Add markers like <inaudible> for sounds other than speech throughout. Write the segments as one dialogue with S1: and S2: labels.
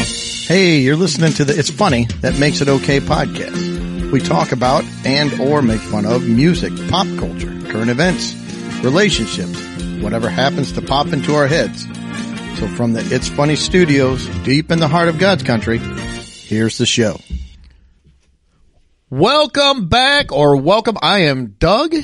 S1: Hey, you're listening to the It's Funny That Makes It Okay podcast. We talk about and or make fun of music, pop culture, current events, relationships, whatever happens to pop into our heads. So from the It's Funny studios, deep in the heart of God's country, here's the show. Welcome back or welcome. I am Doug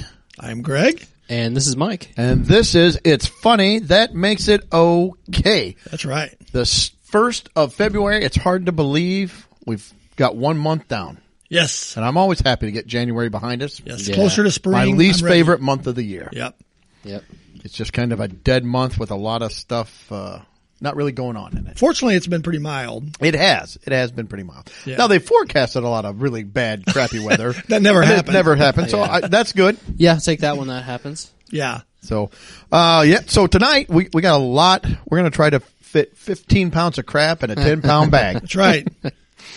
S2: I'm Greg.
S3: And this is Mike.
S1: and this is It's Funny That Makes It Okay.
S2: That's right.
S1: The s- first of February. It's hard to believe we've got one month down.
S2: Yes.
S1: And I'm always happy to get January behind us.
S2: Yes.
S3: Yeah.
S2: Closer to spring.
S1: My least
S2: I'm ready.
S1: favorite month of the year.
S2: Yep.
S3: Yep.
S1: It's just kind of a dead month with a lot of stuff uh, not really going on in it.
S2: Fortunately, it's been pretty mild.
S1: It has. It has been pretty mild.
S2: Yeah.
S1: Now they forecasted a lot of really bad, crappy weather.
S2: <laughs> That never
S1: And it
S2: happened.
S1: Never happened. So I, that's good.
S3: Yeah, take that when that happens.
S2: Yeah.
S1: So, uh, yeah. So tonight we, we got a lot. We're going to try to fit 15 pounds of crap in a 10 pound
S2: <laughs>
S1: bag. <laughs>
S2: That's right.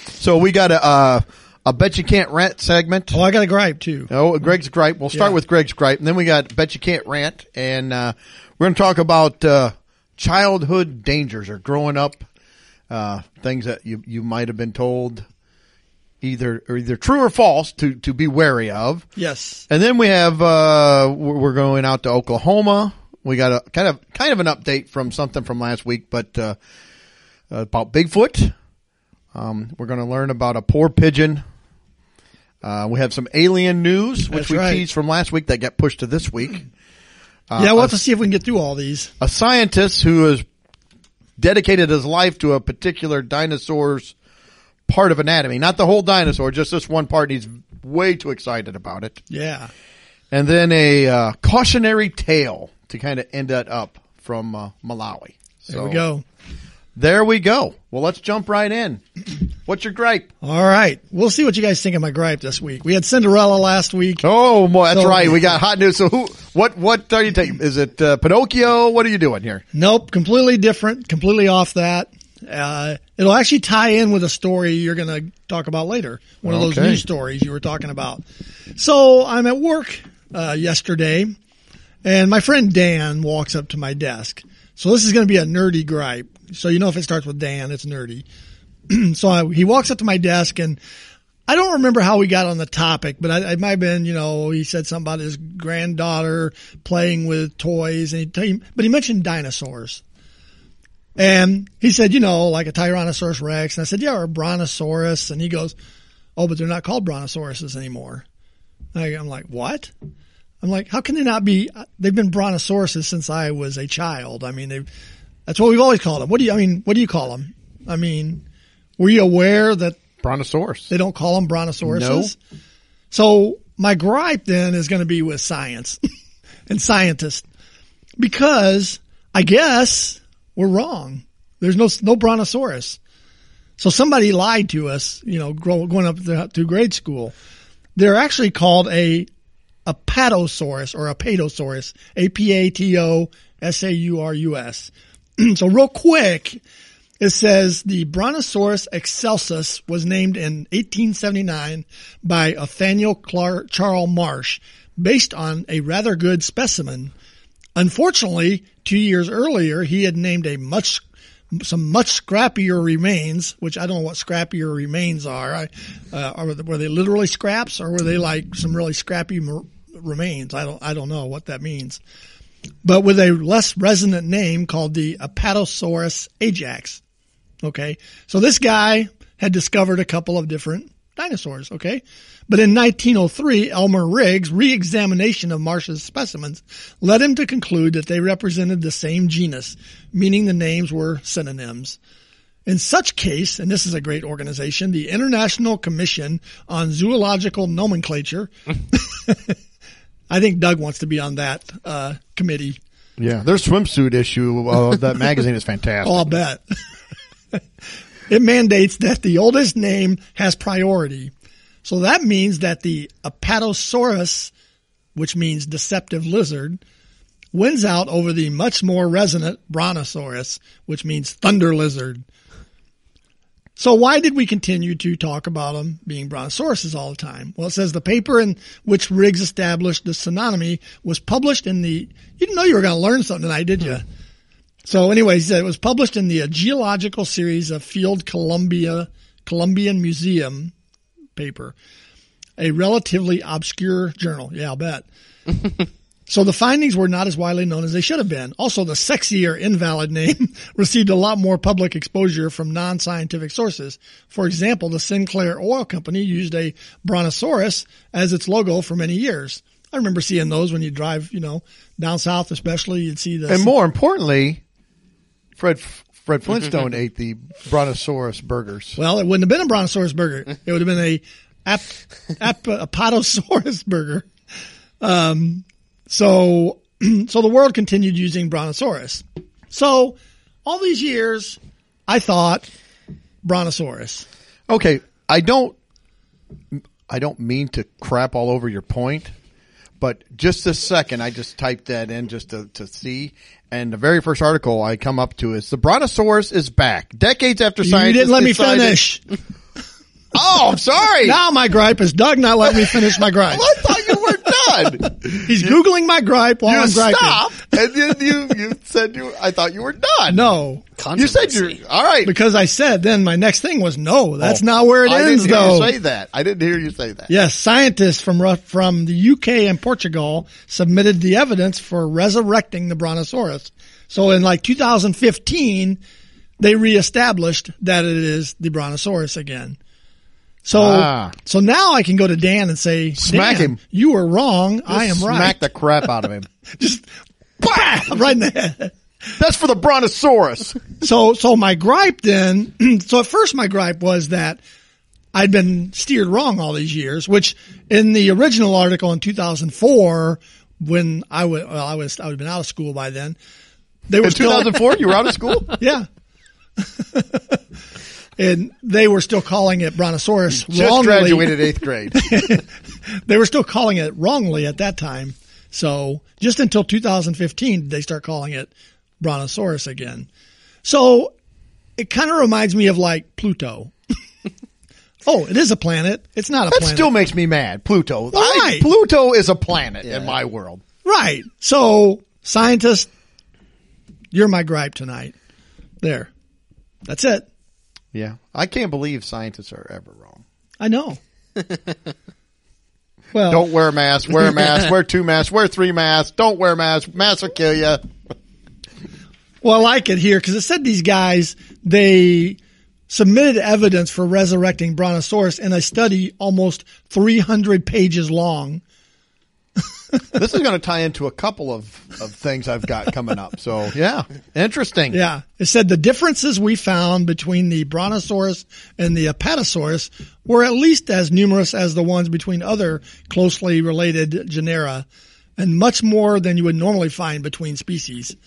S1: So we got a, uh, a bet you can't rant segment.
S2: oh, I got a gripe too.
S1: Oh, Greg's gripe. We'll start
S2: Yeah.
S1: with Greg's gripe, and then we got bet you can't rant, and uh, we're going to talk about uh, childhood dangers or growing up uh, things that you you might have been told either or either true or false to to be wary of.
S2: Yes.
S1: And then we have uh, we're we're going out to Oklahoma. We got a kind of kind of an update from something from last week, but uh, about Bigfoot. Um, we're going to learn about a poor pigeon. Uh, we have some alien news, which
S2: That's
S1: we
S2: right.
S1: teased from last week that got pushed to this week. Uh,
S2: yeah, we'll have to see if we can get through all these.
S1: A scientist who has dedicated his life to a particular dinosaur's part of anatomy, not the whole dinosaur, just this one part. He's way too excited about it.
S2: Yeah.
S1: And then a uh, cautionary tale to kind of end that up from uh, Malawi. So,
S2: There we go.
S1: There we go. Well, let's jump right
S2: <clears throat>
S1: in. What's your gripe?
S2: All right. We'll see what you guys think of my gripe this week. We had Cinderella last week.
S1: Oh, boy, that's
S2: So-
S1: right. We got hot news. So who? What? What are you taking? Is it uh, Pinocchio? What are you doing here?
S2: Nope. Completely different. Completely off that. Uh, it'll actually tie in with a story you're going to talk about later. One of those
S1: Okay.
S2: news stories you were talking about. So I'm at work uh, yesterday, and my friend Dan walks up to my desk. So this is going to be a nerdy gripe. So you know if it starts with Dan, it's nerdy. <clears throat> so I, he walks up to my desk, and I don't remember how we got on the topic, but I, I might have been, you know, he said something about his granddaughter playing with toys, and he, t- but he mentioned dinosaurs. And he said, you know, like a Tyrannosaurus Rex. And I said, yeah, or a Brontosaurus. And he goes, oh, but they're not called Brontosauruses anymore. And I, I'm like, what? I'm like, how can they not be? They've been Brontosauruses since I was a child. I mean, they've, that's what we've always called them. What do you, I mean, what do you call them? I mean, were you aware that
S1: Brontosaurus.
S2: they don't call them brontosauruses. So my gripe then is going to be with science <laughs> and scientists because I guess we're wrong. There's no no brontosaurus. So somebody lied to us, you know, grow, going up to, through grade school. They're actually called a a patosaurus or a patosaurus, A P A T O S A U R U S. <clears throat> So real quick, it says the Brontosaurus excelsus was named in 1879 by Nathaniel Clar- Charles Marsh based on a rather good specimen. Unfortunately, two years earlier, he had named a much some much scrappier remains, which I don't know what scrappier remains are. I, uh, are were they literally scraps, or were they like some really scrappy mer- remains? I don't I don't know what that means but with a less resonant name called the Apatosaurus ajax. Okay. So this guy had discovered a couple of different dinosaurs. Okay. But in 1903, Elmer Riggs' re-examination of Marsh's specimens led him to conclude that they represented the same genus, meaning the names were synonyms. In such case, and this is a great organization, the International Commission on Zoological Nomenclature. <laughs> I think Doug wants to be on that uh, committee.
S1: Yeah, their swimsuit issue.
S2: <laughs>
S1: Uh, that magazine is fantastic.
S2: Oh, I'll bet. <laughs> it mandates that the oldest name has priority. So that means that the Apatosaurus, which means deceptive lizard, wins out over the much more resonant Brontosaurus, which means thunder lizard. So why did we continue to talk about them being brontosauruses all the time? Well, it says the paper in which Riggs established the synonymy was published in the. You didn't know you were going to learn something tonight, did you? So anyway, he said it was published in the uh, Geological Series of Field Columbia Columbian Museum paper, a relatively obscure journal. Yeah, I'll bet. so the findings were not as widely known as they should have been. Also, the sexier invalid name <laughs> received a lot more public exposure from non-scientific sources. For example, the Sinclair Oil Company used a brontosaurus as its logo for many years. I remember seeing those when you drive, you know, down south, especially you'd see the
S1: And more importantly, Fred
S2: <laughs>
S1: Fred Flintstone ate the Brontosaurus burgers.
S2: Well, it wouldn't have been a brontosaurus
S1: <laughs>
S2: burger. It would have been a ap, ap, apatosaurus burger. Um, so, <clears throat> so the world continued using brontosaurus. So, all these years, I thought brontosaurus.
S1: Okay, I don't I don't mean to crap all over your point, but just this second I just typed that in just to, to see and the very first article I come up to is the Brontosaurus is back. Decades after
S2: you
S1: science
S2: didn't let me finish.
S1: Oh, I'm
S2: <laughs>
S1: sorry.
S2: Now my gripe is Doug not letting me finish my gripe.
S1: I thought you were
S2: <laughs>
S1: done.
S2: He's googling my gripe while
S1: you
S2: I'm griping.
S1: stopped and then you, you said you I thought you were done.
S2: No,
S1: You said you're all right.
S2: because I said then my next thing was no. That's not where it
S1: Oh. I
S2: ends
S1: didn't hear
S2: though.
S1: you say that. I didn't hear you say that.
S2: Yes, scientists from Ru- from the UK and Portugal submitted the evidence for resurrecting the brontosaurus. So in like 2015, they reestablished that it is the brontosaurus again. So
S1: Ah.
S2: so now I can go to Dan and say,
S1: Smack
S2: "Dan,
S1: him.
S2: You were wrong. I am
S1: Smack
S2: right.
S1: the crap out of him.
S2: Just bah, <laughs> right in the head.
S1: That's for the brontosaurus.
S2: So, so my gripe then, <clears throat> so at first my gripe was that I'd been steered wrong all these years, which in the original article in 2004, when I was, well, I was, I would have been out of school by then. They were
S1: In
S2: still,
S1: 2004, you were out of school.
S2: <laughs> yeah. <laughs> and they were still calling it Brontosaurus
S1: <laughs> Just
S2: wrongly.
S1: graduated eighth <laughs> grade.
S2: They were still calling it wrongly at that time. So just until 2015 did they start calling it Brontosaurus again. So it kind of reminds me of like Pluto. <laughs> oh, it is a planet. It's not a
S1: That
S2: planet.
S1: still makes me mad. Pluto. I-
S2: Right.
S1: Pluto is a planet in my world.
S2: right. So scientist, you're my gripe tonight. There. That's it.
S1: Yeah. I can't believe scientists are ever wrong. <laughs>
S2: I know. well,
S1: Don't wear a mask. Wear a
S2: <laughs>
S1: mask. wear two masks. Wear three masks. Don't wear a mask. Masks will kill you.
S2: Well, I like it here because it said these guys they submitted evidence for resurrecting Brontosaurus in a study almost 300 pages long.
S1: This is going to tie into a couple of, of things I've got coming up. So, <laughs> yeah. Interesting.
S2: Yeah, it said the differences we found between the Brontosaurus and the Apatosaurus were at least as numerous as the ones between other closely related genera, and much more than you would normally find between species.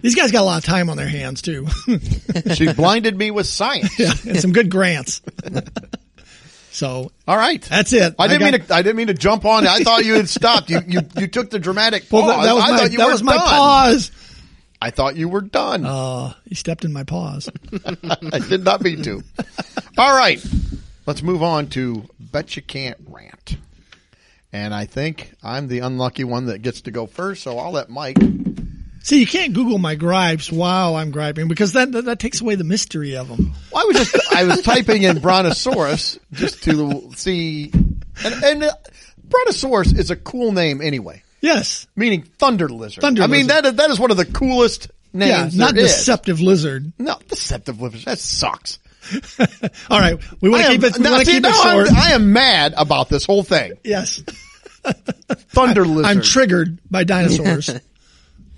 S2: These guys got a lot of time on their hands too. <laughs>
S1: She blinded me with science.
S2: yeah, and some good grants. <laughs> so
S1: All right.
S2: that's it.
S1: I didn't
S2: got-
S1: mean to, I didn't mean to jump on. I thought you had stopped. You you, you took the dramatic pause.
S2: Well, that, that was
S1: I
S2: my,
S1: thought you
S2: that
S1: were
S2: was my
S1: done.
S2: pause.
S1: I thought you were done.
S2: Uh, he stepped in my paws.
S1: <laughs> I did not mean to. All right. Let's move on to Bet You Can't Rant. And I think I'm the unlucky one that gets to go first, so I'll let Mike.
S2: <laughs> See, you can't Google my gripes while I'm griping because that that, that takes away the mystery of them.
S1: I was just I was typing in Brontosaurus just to see and, and uh, Brontosaurus is a cool name anyway.
S2: Yes,
S1: Meaning thunder lizard.
S2: Thunder
S1: I mean
S2: lizard.
S1: that is- that is one of the coolest
S2: yeah,
S1: names.
S2: not
S1: there is.
S2: deceptive lizard.
S1: No, deceptive lizard. That sucks.
S2: All right, we want
S1: I
S2: to
S1: am,
S2: keep it. We
S1: now,
S2: want to
S1: see,
S2: keep
S1: now
S2: it short.
S1: I'm, I am mad about this whole
S2: <laughs>
S1: thing.
S2: yes,
S1: Thunder lizard.
S2: I'm triggered
S1: <laughs>
S2: by dinosaurs.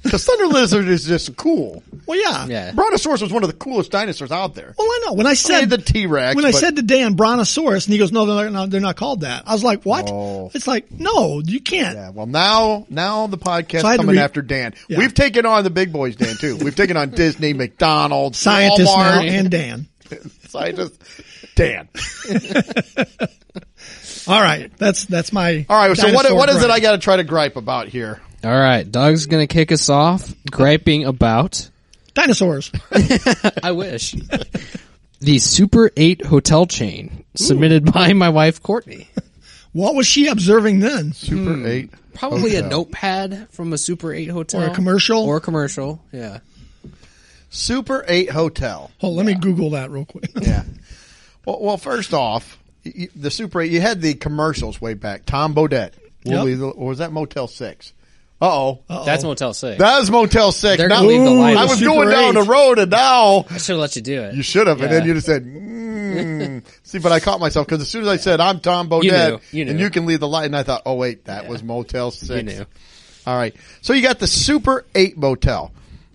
S1: Because Thunder Lizard is just cool.
S2: well, yeah,
S3: Yeah.
S1: Brontosaurus was one of the coolest dinosaurs out there.
S2: Well, I know when I said
S1: the T-Rex,
S2: When I
S1: but-
S2: said to Dan Brontosaurus, and he goes, "No, they're not. They're not called that." I was like, "What?"
S1: Oh.
S2: It's like, no, you can't.
S1: Yeah, well now now the podcast
S2: So I had to
S1: coming
S2: re-
S1: after Dan.
S2: Yeah.
S1: We've taken on the big boys, Dan, too. We've taken on Disney, McDonald's,
S2: Scientists now
S1: Walmart, <laughs>
S2: and Dan.
S1: scientists. Dan.
S2: All right, that's that's my.
S1: All right, so what
S2: dinosaur
S1: what is it
S2: gripe.
S1: I gotta try to gripe about here?
S3: All right, Doug's gonna kick us off, griping about.
S2: Dinosaurs. <laughs>
S3: I <laughs> wish. the Super Eight hotel chain submitted by my wife Courtney.
S2: What was she observing then?
S1: Super eight.
S3: Probably a
S1: Hmm. hotel.
S3: notepad from a Super 8 hotel.
S2: Or a commercial?
S3: Or a commercial, yeah.
S1: Super eight hotel.
S2: Hold, let me Google that real quick.
S1: Yeah. Well, well, first off, y- y- the Super Eight. You had the commercials way back. Tom Bodette. We'll
S2: Yep.
S1: leave the- or was that Motel Six? Uh oh.
S4: That's Motel 6.
S1: That was Motel Six.
S3: They're
S1: Now-
S3: gonna leave the light
S1: I
S3: on.
S1: was
S2: Super
S1: going down
S2: eight.
S1: the road, and now
S4: I should have let you do it.
S1: you should have, and
S4: Yeah.
S1: then you just said. Mm. See, but I caught myself because as soon as I said I'm Tom Bodette,
S4: you knew.
S1: and you can leave the light, and I thought, oh wait, that was Motel Six.
S4: knew.
S1: All right, so you got the Super Eight Motel.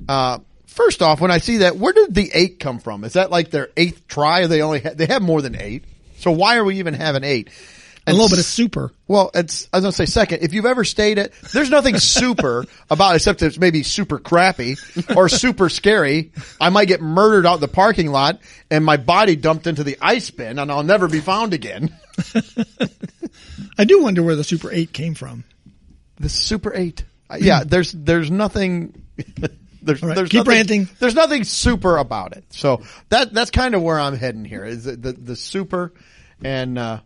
S1: Uh, first off, when I see that, where did the eight come from? Is that like their eighth try? Or they only ha- they have more than eight, so why are we even having eight?
S2: A
S1: And
S2: little bit of super.
S1: well, it's I was gonna say second. If you've ever stayed at, there's nothing super about it, except it's maybe super crappy or super scary. I might get murdered out in the parking lot and my body dumped into the ice bin and I'll never be found again.
S2: I do wonder where the super eight came from.
S1: The super eight. Uh, Yeah, there's there's nothing. <laughs> There's,
S2: All right,
S1: there's
S2: keep
S1: nothing,
S2: ranting.
S1: There's nothing super about it. So that that's kind of where I'm heading here is the the, the super, and uh,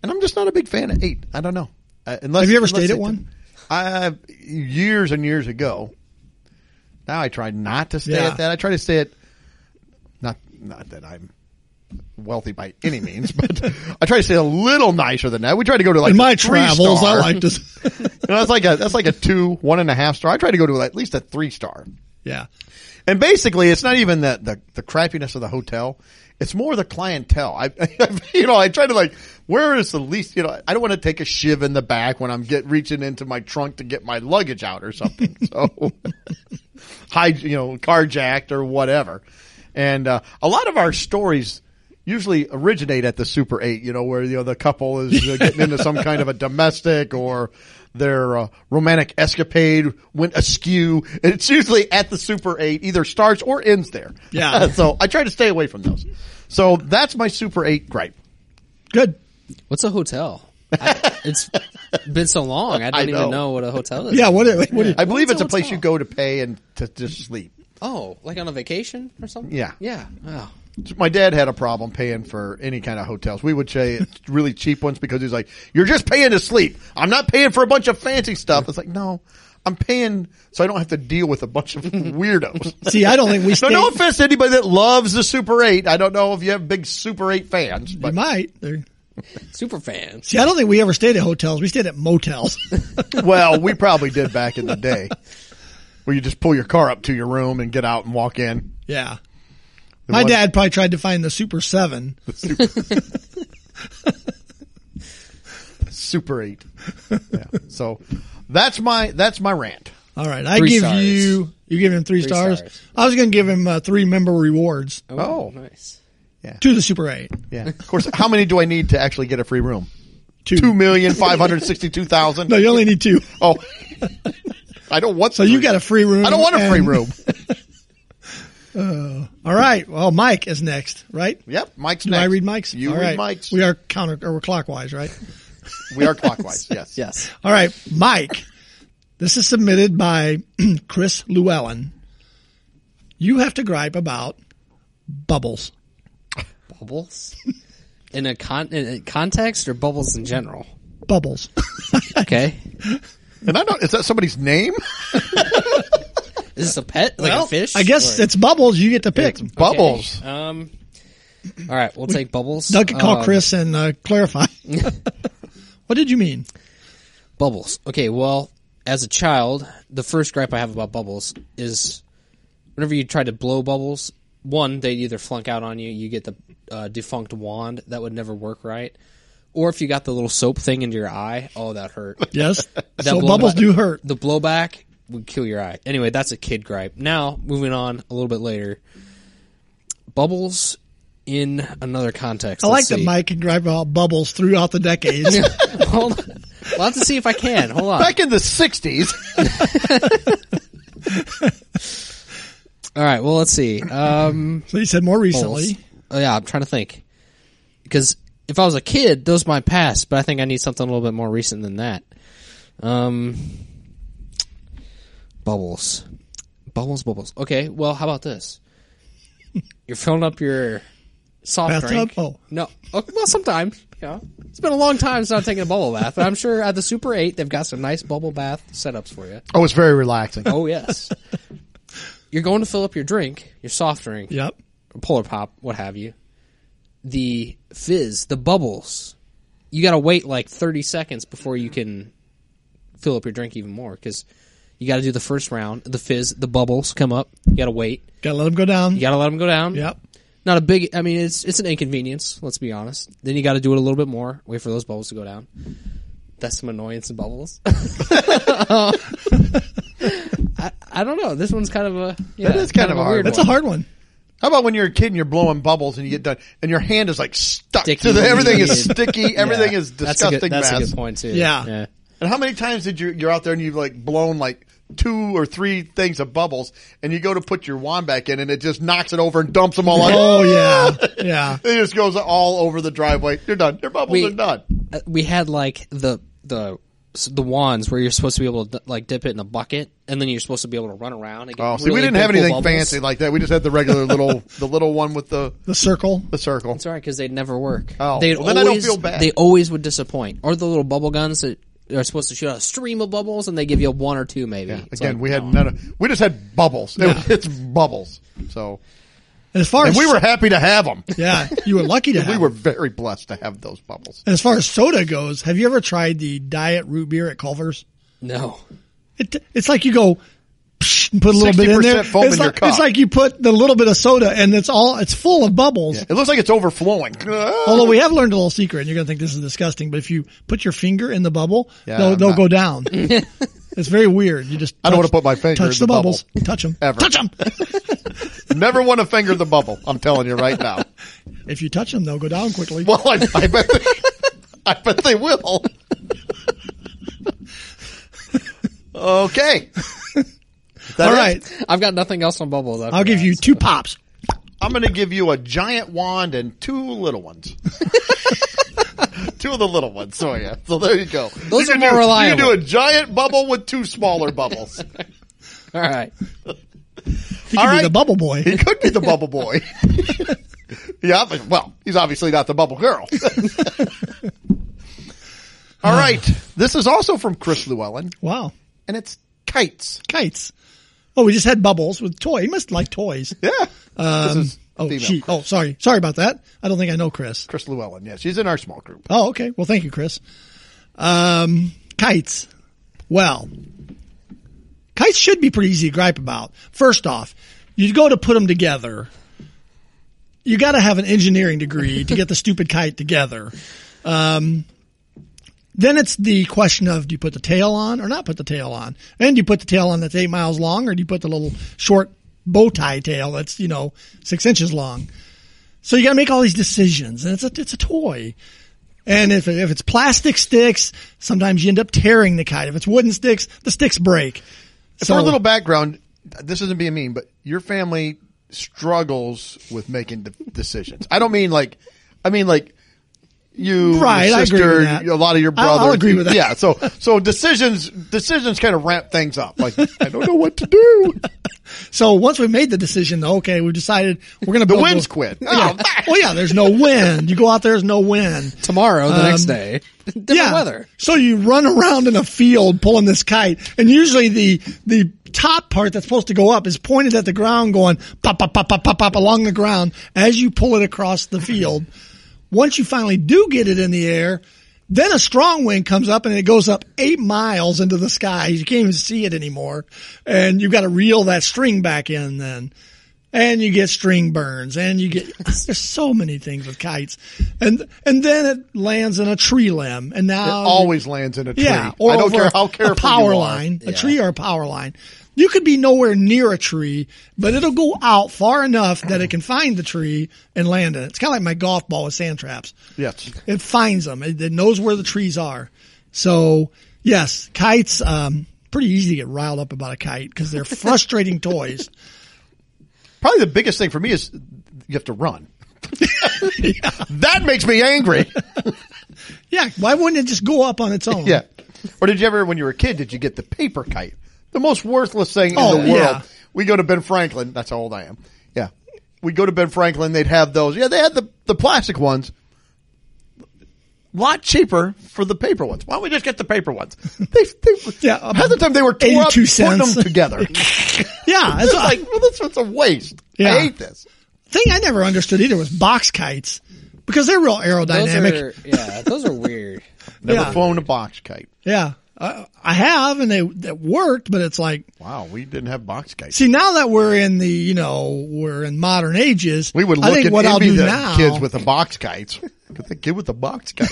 S1: and I'm just not a big fan of eight. I don't know. Uh, unless
S2: Have you ever
S1: unless
S2: stayed at
S1: it-
S2: one?
S1: I years and years ago. Now I try not to stay
S2: Yeah.
S1: at that. I try to stay at not not that I'm wealthy by any means, <laughs> but I try to stay a little nicer than that. We try to go to like
S2: In my
S1: a three
S2: travels,
S1: star.
S2: I like to.
S1: You know, that's like a that's like a two, one and a half star. I try to go to at least a three star.
S2: <laughs> yeah.
S1: And basically, it's not even the the, the crappiness of the hotel; it's more the clientele. I, <laughs> you know, I try to like where is the least. You know, I don't want to take a shiv in the back when I'm get reaching into my trunk to get my luggage out or something. <laughs> So, high, you know, carjacked or whatever. And uh, a lot of our stories usually originate at the Super Eight. You know, where you know the couple is uh, getting into some kind of a domestic or. Their uh, romantic escapade went askew. And It's usually at the Super 8, either starts or ends there.
S2: Yeah.
S1: <laughs> so I try to stay away from those. So that's my Super 8 gripe.
S2: Good.
S3: What's a hotel? I, it's been so long.
S1: <laughs>
S3: I don't
S1: I know.
S3: even know what a hotel is.
S2: Yeah. What? What? what
S1: I believe it's
S3: What's a
S1: a place
S3: hotel?
S1: you go to pay and to just sleep.
S3: Oh, like on a vacation or something?
S1: Yeah.
S3: Yeah. Oh.
S1: My dad had a problem paying for any kind of hotels. We would say <laughs> really cheap ones because he's like, "You're just paying to sleep. I'm not paying for a bunch of fancy stuff." It's like, no, I'm paying so I don't have to deal with a bunch of <laughs> weirdos.
S2: see, I don't think
S1: <laughs>
S2: we
S1: no,
S2: stayed.
S1: no offense to anybody that loves the Super Eight. I don't know if you have big Super Eight fans,
S2: we
S1: but
S2: might. There-
S3: Super fans.
S2: See, I don't think we ever stayed at hotels. We stayed at motels.
S1: <laughs>
S2: <laughs>
S1: well, we probably did back in the day, where you just pull your car up to your room and get out and walk in.
S2: yeah. My
S1: one-
S2: dad probably tried to find the Super Seven.
S1: Super Eight. Yeah. So that's my that's my rant.
S2: All right, I
S3: Three
S2: give
S3: stars.
S2: you. You give him three, stars.
S3: stars.
S2: I was going to give him uh, three member rewards
S1: Oh.
S3: Nice.
S2: to the Super Eight.
S1: Yeah. Of course, how many do I need to actually get a free room?
S2: Two.
S1: Two million five hundred sixty-two thousand.
S2: <laughs> No, you only need
S1: <laughs>
S2: two.
S1: Oh, I don't want.
S2: So you got a free room.
S1: I don't want a free
S2: and-
S1: room.
S2: All right. Well, Mike is next, right?
S1: Yep, Mike's
S2: Do
S1: next.
S2: I read Mike's?
S1: You
S2: All
S1: read
S2: right.
S1: Mike's.
S2: We are counter or we're clockwise, right?
S1: We are
S2: <laughs>
S1: clockwise. Yes.
S3: Yes.
S2: All right, Mike. This is submitted by <clears throat> Chris Llewellyn. You have to gripe about bubbles.
S3: Bubbles? <laughs> in, a con- in a context or bubbles in general?
S2: Bubbles.
S3: Okay.
S1: And I don't. Is that somebody's name?
S3: Is this a pet? Like
S2: Well,
S3: a fish?
S2: I guess
S3: Or-
S2: it's bubbles. You get to pick.
S1: It's Bubbles.
S3: Okay. Um. All right, we'll take bubbles.
S2: Doug can call
S3: Um,
S2: Chris and uh,
S1: <laughs>
S2: clarify. what did you mean?
S3: Bubbles. Okay, well, as a child, the first gripe I have about bubbles is whenever you try to blow bubbles, one, they either flunk out on you, you get the uh, defunct wand that would never work right, or if you got the little soap thing into your eye, oh, that hurt.
S1: <laughs>
S2: Yes.
S3: That
S2: so
S3: blowback-
S2: bubbles do hurt.
S3: The blowback would kill your eye. Anyway, that's a kid gripe. Now, moving on a little bit later, bubbles in another context.
S2: I like
S3: Let's
S2: that
S3: see.
S2: Mike can gripe about bubbles throughout the
S1: <laughs>
S2: decades.
S3: <laughs> Hold on. We'll have to see if I can. Hold
S2: <laughs>
S3: on.
S1: Back in the '60s.
S3: All right. Well, let's see. Um,
S2: so he said more
S3: bubbles.
S2: recently.
S3: Oh, yeah, I'm trying to think because if I was a kid, those might pass, but I think I need something a little bit more recent than that. Um, bubbles, bubbles, bubbles. Okay. Well, how
S2: <laughs>
S3: about this? You're filling up your soft
S2: Bathtub?
S3: drink.
S2: Oh.
S3: no. Oh, well, sometimes you know, it's been a long time since I've taken a bubble bath, but I'm sure at the Super 8, they've got some nice bubble bath setups for you.
S1: Oh, it's very relaxing.
S2: <laughs>
S3: Oh, yes. You're going to fill up your drink, your soft drink,
S2: Yep.
S3: or Polar Pop, what have you. The fizz, the bubbles. You got to wait like 30 seconds before you can fill up your drink even more because you got to do the first round. The fizz, the bubbles come up. You got to wait.
S2: Gotta let them go down.
S3: You got to let them go down
S2: Yep.
S3: not a big. I mean, it's it's an inconvenience. Let's be honest. Then you got to do it a little bit more. Wait for those bubbles to go down. That's some annoyance
S1: <laughs>
S3: in bubbles. <laughs> I, I don't know. This one's kind of a yeah,
S1: That is kind of
S3: a
S1: hard.
S3: weird
S2: That's a
S3: one.
S2: hard one.
S1: How about when you're a kid and you're blowing bubbles and you get done and your hand is like stuck
S3: Sticky.
S1: to the, everything is
S3: <laughs> Yeah.
S1: sticky, everything
S3: Yeah.
S1: is disgusting
S3: That's a good, that's a
S1: mess.
S3: good point too.
S2: Yeah.
S1: And how many times did you you're out there and you've like blown like two or three things of bubbles and you go to put your wand back in and it just knocks it over and dumps them all out.
S2: Oh yeah. Yeah.
S1: <laughs> It just goes all over the driveway. You're done. Your bubbles
S3: We-
S1: are done.
S3: Uh, We had like the the the wands where you're supposed to be able to like dip it in a bucket and then you're supposed to be able to run around. And get
S1: Oh, see, we
S3: really
S1: didn't have
S3: big
S1: anything
S3: bubbles.
S1: fancy like that. We just had the regular little, <laughs> the little one with the
S2: The circle.
S1: the circle.
S3: It's all right because they'd never work.
S1: Oh,
S3: they'd
S1: well, then I don't feel bad.
S3: They always would disappoint. Or the little bubble guns that are supposed to shoot out a stream of bubbles, and they give you one or two maybe. It's
S1: Again,
S3: like,
S1: we had none of. We just had bubbles. It was- it's bubbles. So,
S2: And as far
S1: and
S2: as
S1: we were happy to have them.
S2: yeah, you were lucky to have.
S1: <laughs> We were very blessed to have those bubbles.
S2: And as far as soda goes, have you ever tried the diet root beer at Culver's?
S3: no. <laughs>
S2: It, it's like you go psh, and put a little bit in there.
S1: 60% foam
S2: it's,
S1: in your
S2: like,
S1: cup.
S2: it's like you put the little bit of soda and it's all it's full of bubbles.
S1: It looks like it's
S3: <laughs>
S1: overflowing.
S3: Oh,
S2: Although we have learned a little secret, and you're going to think this is disgusting, but if you put your finger in the bubble,
S1: Yeah,
S2: they'll,
S1: I'm
S2: they'll
S1: not- <laughs>
S2: go down. it's very weird. You just touch,
S1: I don't wanna put my finger
S2: touch
S1: in the
S2: the,
S1: bubble.
S2: bubbles, touch them,
S1: Ever.
S2: touch them.
S1: Never want to finger the bubble. I'm telling you right now.
S2: <laughs> if you touch them, they'll go down quickly.
S1: Well, I, I bet. They, I bet they will. Okay.
S2: all right,
S3: I've got nothing else on bubbles. after
S2: I'll give
S3: that.
S2: you two pops.
S1: I'm going to give you a giant wand and two little ones. <laughs> two of the little ones. So yeah. So there you go.
S3: Those
S1: you
S3: are
S1: can
S3: more
S1: do,
S3: reliable.
S1: You can do a giant bubble with two smaller bubbles.
S3: <laughs> All right.
S1: All
S2: He can be
S1: right.
S2: the bubble boy.
S1: He could be the bubble
S2: <laughs>
S1: boy. yeah, but, well, he's obviously not the bubble
S2: <laughs>
S1: girl. All right. This is also from Chris Llewellyn,
S2: Wow,
S1: and it's kites.
S2: kites. Oh, we just had bubbles with toy. He must like toys.
S1: Yeah.
S2: Um,
S1: this is
S2: oh,
S1: female.
S2: she, oh, sorry, sorry about that. I don't think I know Chris.
S1: Chris Llewellyn. Yeah, she's in our small group.
S2: Oh, okay. Well, thank you, Chris. Um, kites. Well, kites should be pretty easy to gripe about. First off, you go to put them together. You got to have an engineering degree to get the stupid kite together. Um, then it's the question of do you put the tail on or not put the tail on? And do you put the tail on that's eight miles long or do you put the little short bow tie tail that's, you know, six inches long? So you got to make all these decisions and it's a, it's a toy. And if, if it's plastic sticks, sometimes you end up tearing the kite. If it's wooden sticks, the sticks break. So,
S1: For a little background, this isn't being mean, but your family struggles with making de- decisions. I don't mean like, I mean like you,
S2: Right,
S1: your
S2: I agree with
S1: sister,
S2: that.
S1: a lot of your
S2: I'll- I'll
S1: brothers.
S2: agree with that.
S1: Yeah, so so decisions decisions kind of ramp things up. Like I don't know what to
S2: <laughs>
S1: do.
S2: so once we made the decision, though, okay, we decided we're going to
S1: The wind's quit.
S2: Yeah.
S1: Oh, <laughs> that-
S2: well, yeah, there's no wind. You go out there, there's no wind.
S3: Tomorrow, the next
S2: Um,
S3: day. <laughs> Different
S2: yeah.
S3: weather.
S2: So you run around in a field pulling this kite, and usually the the top part that's supposed to go up is pointed at the ground, going pop pop pop pop pop pop along the ground as you pull it across the field. Once you finally do get it in the air, then a strong wind comes up and it goes up eight miles into the sky. You can't even see it anymore, and you've got to reel that string back in then and you get string burns and you get there's so many things with kites and and then it lands in a tree limb and now
S1: It always lands in a tree.
S2: Um, yeah
S1: I don't
S2: over
S1: care how
S2: a
S1: careful
S2: power
S1: you are.
S2: line a
S3: Yeah.
S2: tree or a power line you could be nowhere near a tree but it'll go out far enough that it can find the tree and land in it it's kind of like my golf ball with sand traps
S1: Yes.
S2: it finds them. It, it knows where the trees are. So yes, kites. Um, pretty easy to get riled up about a kite
S1: <laughs>
S2: because they're frustrating toys.
S1: Probably the biggest thing for me is you have to
S2: <laughs>
S1: run. That makes me angry.
S2: Yeah, why wouldn't it just go up on its own?
S1: Yeah. Or did you ever, when you were a kid, did you get the paper kite? The most worthless thing
S2: Oh,
S1: in the world.
S2: yeah.
S1: We go to Ben Franklin. That's how old I am. Yeah. We go to Ben Franklin. They'd have those. Yeah, they had the, the plastic ones. lot cheaper for the paper ones. Why don't we just get the paper ones? They, they,
S2: <laughs> Yeah,
S1: half the time they were tore up,
S2: 82
S1: putting
S2: cents.
S1: them
S2: <laughs>
S1: together.
S2: Yeah,
S1: It's
S2: that's
S1: just
S2: what
S1: like, well, this is a waste.
S2: Yeah.
S1: I hate this.
S2: thing I never understood either was box kites because they're real
S3: Those
S2: aerodynamic.
S3: are, yeah, those
S2: <laughs>
S3: are weird.
S1: Never
S2: Yeah.
S1: flown a box kite.
S2: yeah, I, I have, and they that worked, but it's like,
S1: Wow, we didn't have box kites.
S2: see, now that we're in the you know we're in modern ages,
S1: we would look
S2: I think
S1: and
S2: what
S1: envy
S2: I'll do
S1: the
S2: now,
S1: kids
S2: <laughs>
S1: with the box kites. <laughs> Look at the kid with the box kite.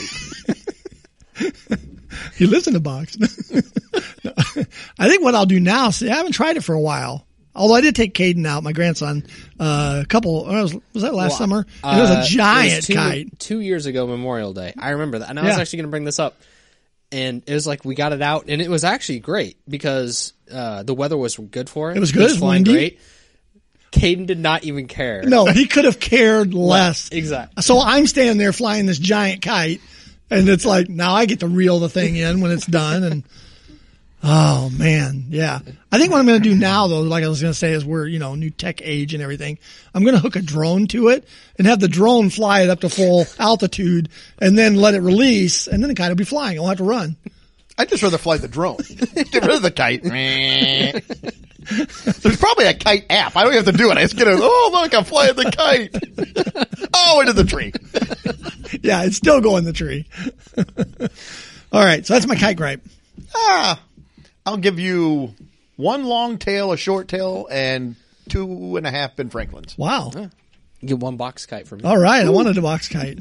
S2: he lives in a box. <laughs> No. I think what I'll do now. See, I haven't tried it for a while. Although I did take Caden out, my grandson, uh, a couple was, was that last summer? And it was
S3: Uh,
S2: a giant
S3: was two,
S2: kite.
S3: Two years ago, Memorial Day. I remember that, and I was
S2: Yeah.
S3: actually going to bring this up. And it was like we got it out, and it was actually great because uh, the weather was good for it.
S2: It was good, it was
S3: flying
S2: windy.
S3: great. Caden did not even care.
S2: No, he could have cared less.
S3: exactly.
S2: So I'm standing there flying this giant kite, and it's like now I get to reel the thing in when it's done. And oh man, yeah. I think what I'm going to do now, though, like I was going to say, is we're you know new tech age and everything. I'm going to hook a drone to it and have the drone fly it up to full altitude, and then let it release, and then the kite will be flying. I'll have to run. <laughs>
S1: I'd just rather fly the drone. <laughs> Get rid of the kite. There's probably a kite app. I don't even have to do it. I just get a, oh, look, I'm flying the kite. oh, into the tree.
S2: Yeah, it's still going the tree. <laughs> All right, so that's my kite gripe.
S1: Ah, I'll give you one long tail, a short tail, and two and a half Ben Franklins.
S2: Wow.
S3: Get one box kite for me.
S2: All right, I wanted a box kite.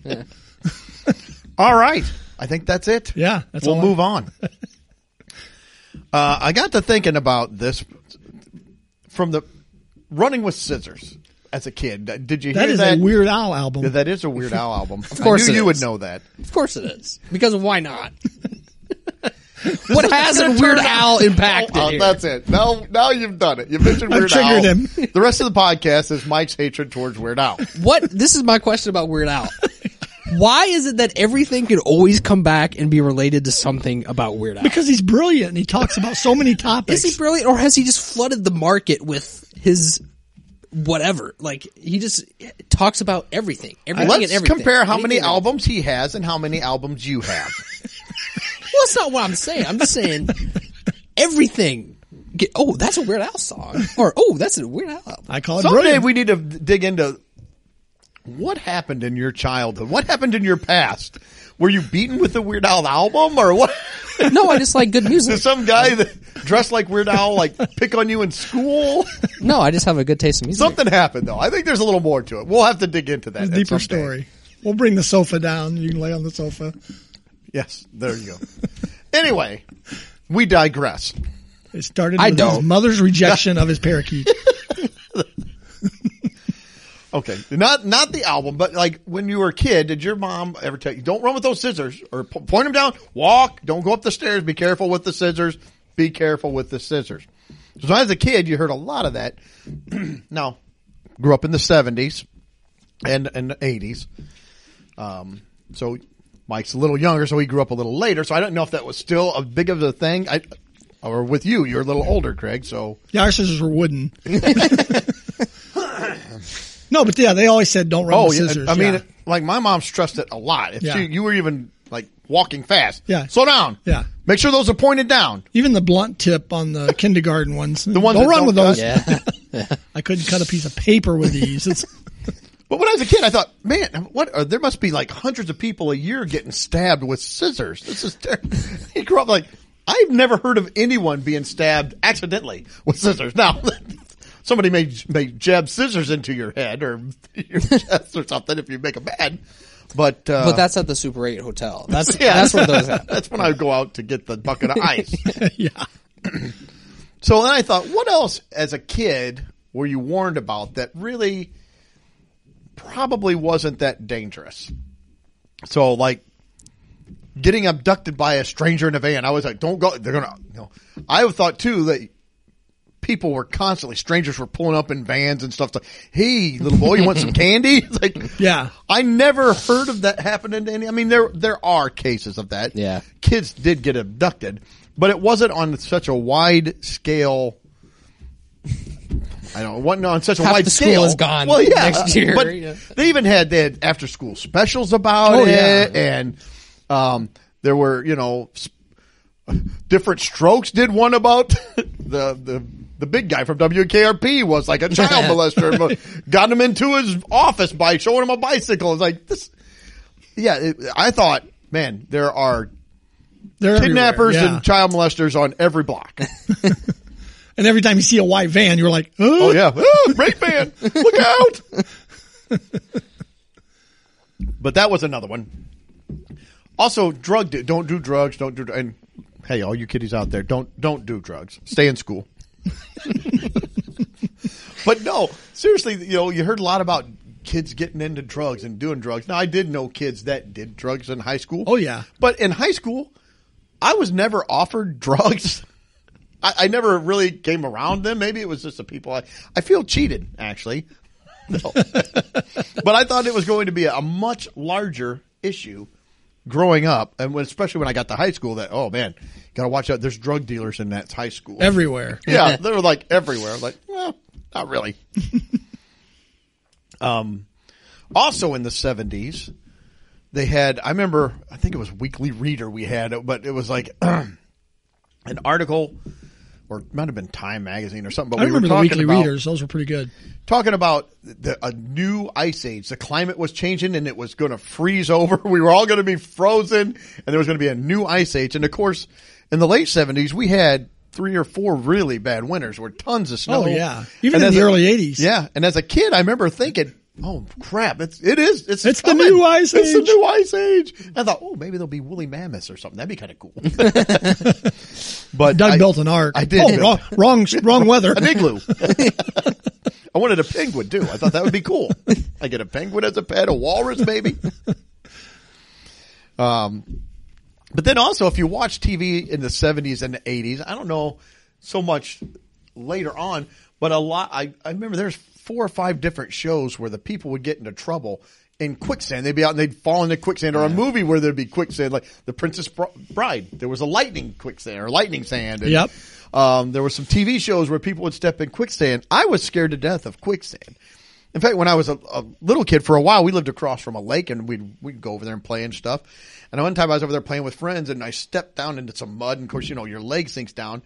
S1: All right. I think that's it.
S2: Yeah, that's
S1: we'll
S2: all I-
S1: move on. uh, I got to thinking about this from the running with scissors as a kid. Did you
S2: That
S1: hear
S2: is
S1: that?
S2: a Weird Al album.
S1: that is a Weird Al album. of
S3: course
S1: I knew
S3: it
S1: you would
S3: is.
S1: know that.
S3: Of course it is because
S2: <laughs>
S3: why not? <laughs> what has a Weird Al impacted?
S1: Oh,
S3: here?
S1: that's it. Now, now you've done it. You mentioned
S2: I've
S1: Weird Al.
S2: triggered him.
S1: The rest of the podcast is Mike's hatred towards Weird Al.
S3: What? This is my question about
S2: <laughs>
S3: Weird Al. Why is it that everything can always come back and be related to something about Weird Al?
S2: Because he's brilliant and he talks about
S1: <laughs>
S2: so many topics.
S3: Is he brilliant, or has he just flooded the market with his whatever? Like he just talks about everything, everything, and
S1: Let's
S3: everything.
S1: compare how
S3: Anything
S1: many
S3: and-
S1: albums he has and how many albums you have.
S3: Well, that's not what I'm saying. I'm
S1: <laughs>
S3: just saying everything. Get, oh, that's a Weird Al song, or oh, that's a Weird Al album.
S2: I call it
S1: Someday
S2: brilliant.
S1: we need to dig into what happened in your childhood. What happened in your past? Were you beaten with the Weird Al album, or what? <laughs>
S3: No, I just like good
S1: Did <laughs>
S3: music.
S1: some guy that dressed like Weird Al like pick on you in school? <laughs>
S3: No, I just have a good taste in music.
S1: Something happened though. I think there's a little more to it. We'll have to dig into that.
S2: It's a
S1: at
S2: deeper
S1: some day.
S2: story. We'll bring the sofa down. You can lay on the sofa.
S1: Yes, there you go. anyway, we digress.
S2: It started
S3: I
S2: with his
S3: don't.
S2: mother's
S1: <laughs>
S2: rejection of his parakeet.
S1: Okay, not not the album, but like when you were a kid, did your mom ever tell you don't run with those scissors or p- point them down, walk, don't go up the stairs, be careful with the scissors, be careful with the scissors. So as a kid, you heard a lot of that. <clears throat> now, grew up in the seventies and and eighties, um, so Mike's a little younger, so he grew up a little later. So I don't know if that was still a big of a thing. I or with you, you're a little older, Craig. So
S2: Yeah, our scissors were wooden. <laughs> no, but yeah, they always said don't run
S1: Oh,
S2: with
S1: yeah,
S2: scissors.
S1: I mean,
S2: yeah.
S1: like my mom stressed it a lot. If
S2: Yeah.
S1: she, you were even like walking fast,
S2: Yeah.
S1: slow down,
S2: Yeah.
S1: make sure those are pointed down.
S2: even the blunt tip
S1: <laughs>
S2: on the kindergarten ones. The
S1: ones
S2: don't
S1: that don't
S2: run with those.
S1: cut. <laughs>
S3: yeah.
S2: I couldn't cut a piece of paper with these. It's, <laughs>
S1: But when I was a kid, I thought, man, what? Are, there must be like hundreds of people a year getting stabbed with scissors. This is terrible. <laughs> you grew up like I've never heard of anyone being stabbed accidentally with scissors. Now. <laughs> Somebody may may jab scissors into your head or <laughs> your chest or something if you make them bad, but uh,
S3: But that's at the Super 8 hotel. That's
S1: <laughs> yeah,
S3: that's where those happen.
S1: that's when I would go out to get the bucket of
S3: <laughs>
S1: ice.
S2: yeah,
S1: So then I thought, what else as a kid were you warned about that really probably wasn't that dangerous? So like getting abducted by a stranger in a van. I was like, don't go. They're gonna. You know, I thought too that people were constantly strangers were pulling up in vans and stuff. It's like, hey, little boy, you want some candy? It's like,
S2: Yeah.
S1: I never heard of that happening to any. I mean, there there are cases of that.
S3: Yeah.
S1: kids did get abducted, but it wasn't on such a wide scale. I don't. It wasn't on such a
S3: Half
S1: wide
S3: the school
S1: scale.
S3: is gone
S1: Well, yeah,
S3: next year.
S1: But
S3: Yeah.
S1: they even had they had after school specials about
S2: Oh,
S1: it,
S2: yeah.
S1: and Um, there were, you know, s- different strokes did one about <laughs> the the the big guy from WKRP was
S3: <laughs>
S1: like a child molester, but got him into his office by showing him a bicycle. It's like this. Yeah, it, I thought, man, there are
S2: They're
S1: kidnappers
S2: everywhere, yeah.
S1: and child molesters on every <laughs> block.
S2: And every time you see a white van, you're like, oh,
S1: Oh yeah, oh, rape van, look out! <laughs> but that was another one. Also, drug do, don't do drugs. Don't do and hey, all you kiddies out there, don't don't do drugs. Stay in school. <laughs> but no, seriously, you know, you heard a lot about kids getting into drugs and doing drugs. Now, I did know kids that did drugs in high school.
S2: Oh, yeah.
S1: but in high school, I was never offered <laughs> drugs. I, I never really came around them. Maybe it was just the people I, I feel cheated actually. No. but I thought it was going to be a much larger issue growing up. And when, especially when I got to high school that, oh man, gotta watch out. There's drug dealers in that high school.
S2: everywhere.
S1: yeah. <laughs> They were like everywhere. I'm like, well, not really. <laughs> um, also in the seventies, they had, I remember, I think it was weekly reader we had, but it was like <clears throat> an article or it might have been Time magazine or something, but
S2: I
S1: we
S2: remember
S1: were talking
S2: the weekly
S1: about,
S2: readers. Those were pretty good.
S1: talking about the, a new ice age. The climate was changing and it was going to freeze over. <laughs> We were all going to be frozen and there was going to be a new ice age. And of course, in the late seventies, we had three or four really bad winters where tons of snow.
S2: Oh, yeah. Even
S1: And
S2: in
S1: as
S2: the
S1: a-
S2: early 80s.
S1: Yeah. And as a kid, I remember thinking, Oh crap! It's it is it's
S2: It's the
S1: coming.
S2: new ice
S1: It's the
S2: age.
S1: new ice age. I thought, oh, maybe there'll be woolly mammoths or something. That'd be kind
S2: <laughs>
S1: of cool. <laughs> but
S2: Doug
S1: I-
S2: built an ark.
S1: I did.
S2: Oh, wrong, wrong,
S1: <laughs>
S2: wrong weather.
S1: an
S2: <laughs>
S1: igloo. I wanted a penguin too. I thought that would be cool. I get a penguin as a pet, a walrus maybe. <laughs> Um, but then also if you watch TV in the seventies and the eighties, I don't know so much later on, but a lot. I, I remember there's four or five different shows where the people would get into trouble in quicksand. They'd be out and they'd fall into quicksand, or a movie where there'd be quicksand, like The Princess Br- Bride. There was a lightning quicksand or lightning sand. And,
S2: Yep.
S1: um, there were some TV shows where people would step in quicksand. I was scared to death of quicksand. In fact, when I was a, a little kid, for a while, we lived across from a lake, and we'd we'd go over there and play and stuff. And one time, I was over there playing with friends, and I stepped down into some mud. And of course, you know your leg sinks down,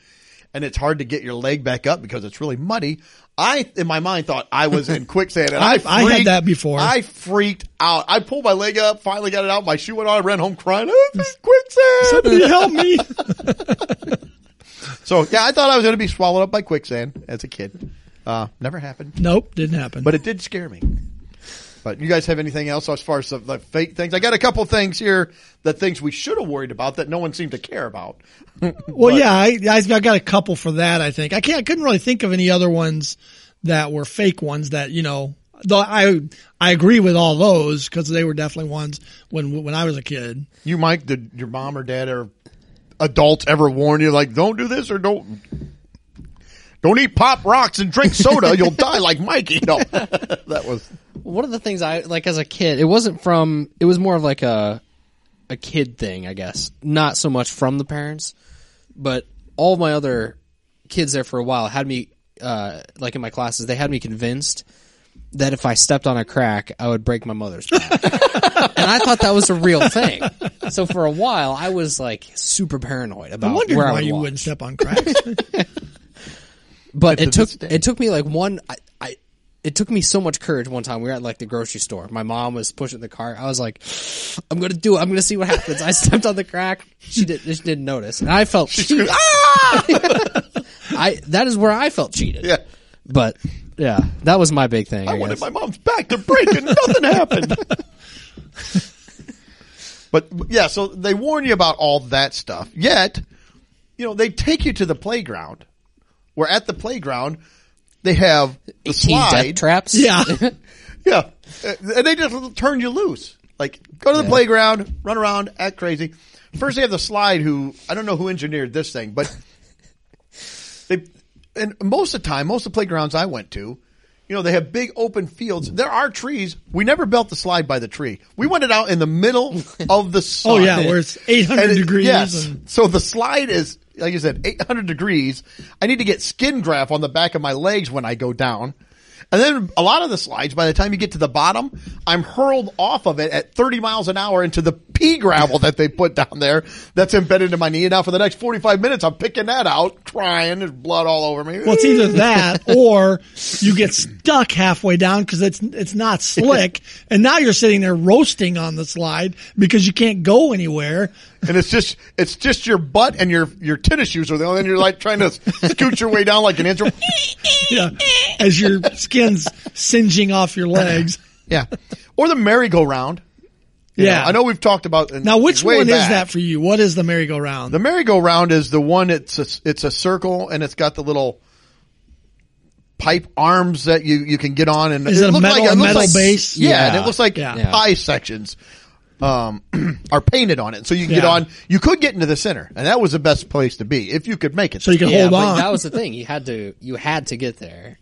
S1: and it's hard to get your leg back up because it's really muddy. I, in my mind, thought I was
S2: <laughs>
S1: in quicksand, and I
S2: I- I had
S1: freaked-
S2: that before.
S1: I freaked out. I pulled my leg up, finally got it out. My shoe went on. I ran home crying. "I'm in quicksand.
S2: Somebody help me.
S1: So yeah, I thought I was going to be swallowed up by quicksand as a kid. Uh, never happened,
S2: Nope, didn't happen.
S1: but it did scare me. But you guys have anything else as far as the, the fake things? I got a couple things here that things we should have worried about that no one seemed to care about.
S2: Well, yeah, I, I, I've got a couple for that. I think I can't. I couldn't really think of any other ones that were fake ones that you know. Though I I agree with all those because they were definitely ones when when I was a kid.
S1: You, Mike, did your mom or dad or adults ever warn you like don't do this or don't don't eat pop rocks and drink soda, you'll die like Mikey? <laughs> No, that was
S3: one of the things I like as a kid, it wasn't from. It was more of like a a kid thing, I guess. Not so much from the parents, but all my other kids there for a while had me uh, like in my classes. They had me convinced that if I stepped on a crack, I would break my mother's
S2: <laughs>
S3: back, and I thought that was a real thing. So for a while, I was like super paranoid
S1: Oh,
S3: about
S2: I wondered
S3: where I
S2: why
S3: would
S2: you
S3: walk.
S2: wouldn't step
S1: <laughs>
S2: on cracks.
S3: But it
S1: this
S3: took it took me like one. I, I it took me so much courage. One time we were at like the grocery store. My mom was pushing the cart. I was like, "I'm gonna do it. I'm gonna see what happens." I <laughs> stepped on the crack. She did. She didn't notice, and I felt cheated. <laughs> I that is where I felt cheated.
S1: Yeah.
S3: But yeah, that was my big thing. I,
S1: I wanted
S3: guess.
S1: my mom's back to break and nothing
S3: <laughs>
S1: happened. but yeah, so they warn you about all that stuff. Yet, you know, they take you to the playground. We're at the playground. They have the
S3: 18 death
S1: slide.
S3: traps.
S2: yeah,
S1: yeah. Uh, And they just turn you loose. Like, go to the playground, run around, act crazy. First, they have the slide who, I don't know who engineered this thing, but they and most of the time, most of the playgrounds I went to, you know, they have big open fields. There are trees. We never built the slide by the tree. We went it out in the
S2: <laughs>
S1: middle of the slide.
S2: Oh, yeah, where it's 800
S1: And
S2: degrees
S1: Yes.
S2: and-
S1: So the slide is, like you said, 800 degrees. I need to get skin graft on the back of my legs when I go down. And then a lot of the slides, by the time you get to the bottom, I'm hurled off of it at 30 miles an hour into the pea gravel that they put down there that's embedded in my knee. And now for the next 45 minutes, I'm picking that out, crying. There's blood all over me.
S2: Well, it's either that or you get stuck halfway down because it's it's
S1: <laughs>
S2: not slick, and now you're sitting there roasting on the slide because you can't go anywhere.
S1: and it's just it's just your butt and your your tennis shoes are the only. And you're like trying to scoot your way down like an
S2: <laughs>
S1: inch.
S2: You know, as your skin's singeing off your legs.
S1: Yeah, or the merry-go-round. You
S2: Yeah,
S1: know, I know we've talked about in-
S2: Now, which
S1: way
S2: one is
S1: back.
S2: that for you? What is the merry-go-round?
S1: The merry-go-round is the one. It's a, it's a circle and it's got the little pipe arms that you, you can get on and
S2: Is it a
S1: looks
S2: metal-
S1: like,
S2: a
S1: looks
S2: metal
S1: like-
S2: base?
S1: Yeah,
S3: Yeah.
S1: and it looks like
S2: Yeah.
S3: Yeah.
S1: pie sections um, <clears throat> are painted on it. So you can get
S2: Yeah.
S1: on. You could get into the center, and that was the best place to be if you could make it.
S2: so you can
S3: Yeah,
S2: hold
S3: but
S2: on.
S3: that was the thing. You had to you had to get there.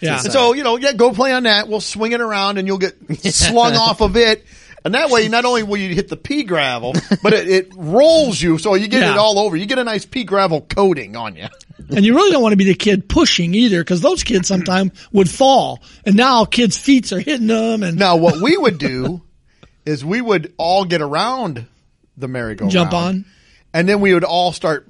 S2: yeah.
S1: And so you know, yeah, go play on that. We'll swing it around, and you'll
S3: <laughs>
S1: get slung off of it. And that way, not only will you hit the pea gravel, but it, it rolls you, so you get
S2: Yeah.
S1: it all over. You get a nice pea gravel coating on you.
S2: and you really don't want to be the kid pushing either because those kids sometimes would fall, and now kids' feet are hitting them and
S1: Now, what we would do is we would all get around the merry-go-round,
S2: Jump on.
S1: and then we would all start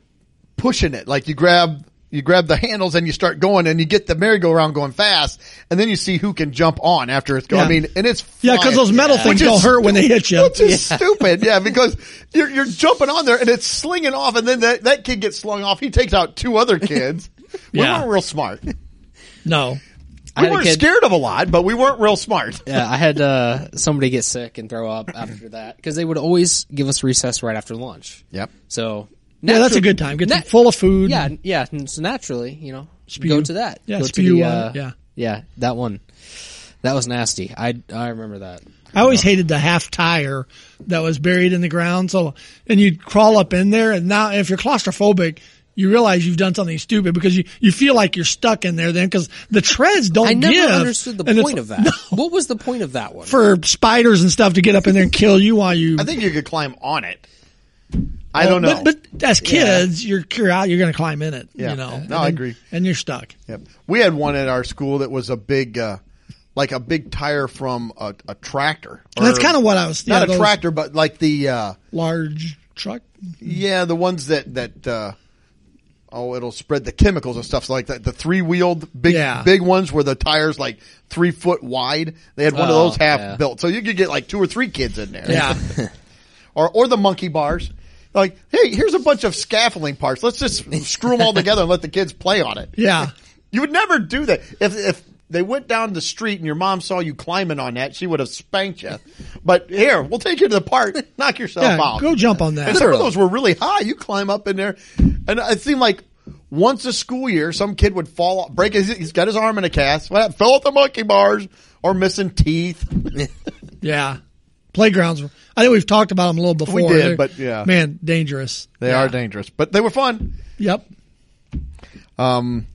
S1: pushing it. Like you grab you grab the handles and you start going, and you get the merry-go-round going fast, and then you see who can jump on after it's going.
S2: Yeah.
S1: I mean, and it's
S2: yeah, because
S1: flying.
S2: those metal
S1: Which
S2: things
S1: is
S2: don't hurt when they hit you.
S1: Which is stupid, yeah, because you're, you're jumping on there and it's slinging off, and then that, that kid gets slung off. He takes out two other
S2: <laughs>
S1: kids.
S2: Yeah.
S1: We weren't real smart.
S2: No,
S3: I
S1: We
S3: had a
S1: weren't
S3: kid-
S1: scared of a lot, but we weren't real smart.
S3: Yeah, I had uh, somebody get sick and throw up after that because they would always give us recess right after lunch.
S1: Yep.
S3: So
S2: yeah, that's a
S3: natu-
S2: good time. Get
S3: na-
S2: full of food.
S3: Yeah, yeah. and So naturally, you know,
S2: Spew.
S3: go to that.
S2: Yeah,
S3: go
S2: spew
S3: to the,
S2: on
S3: uh,
S2: it, yeah.
S3: yeah, that one. That was nasty. I I remember that.
S2: I always hated the half tire that was buried in the ground. So, and you'd crawl up in there. And now, if you're claustrophobic, you realize you've done something stupid because you, you feel like you're stuck in there then because the treads don't
S3: I never
S2: give.
S3: understood the
S2: And it's- <laughs>
S3: point of that. What was the point of that one?
S2: For spiders and stuff to get up in there and kill you while you.
S1: I think you could climb on it. I don't know.
S2: But, but as kids, you're curious, you're going to climb in it.
S1: Yeah.
S2: You know.
S1: No, I
S2: And-
S1: agree.
S2: And you're stuck.
S1: Yep. We had one at our school that was a big, uh, like a big tire from a, a tractor. Or-
S2: That's kind of what I was. yeah,
S1: not a
S2: those
S1: tractor, but like the uh,
S2: Large truck.
S1: yeah, the ones that that uh, oh, it'll spread the chemicals and stuff like that. The three wheeled big
S2: Yeah.
S1: big ones where the tires like three foot wide. They had one
S3: Oh,
S1: of those half
S3: yeah.
S1: built, so you could get like two or three kids in there.
S2: Yeah.
S1: or or the monkey bars. Like, hey, here's a bunch of scaffolding parts. Let's just screw them all together and let the kids play on it.
S3: <laughs>
S2: yeah.
S1: You would never do that. If if they went down the street and your mom saw you climbing on that, she would have spanked you. But here, we'll take you to the park. Knock yourself
S2: Yeah.
S1: out.
S2: Go jump on that.
S1: And some of those were really high. You climb up in there, and it seemed like once a school year, some kid would fall, off, break his. He's got his arm in a cast. What happened? Fell off the monkey bars or missing teeth.
S2: Yeah. Playgrounds. were- I think we've talked about them a little before.
S1: did,
S2: They're-
S1: but yeah.
S2: Man, dangerous.
S1: They
S2: Yeah.
S1: are dangerous, but they were fun.
S2: Yep.
S1: Um,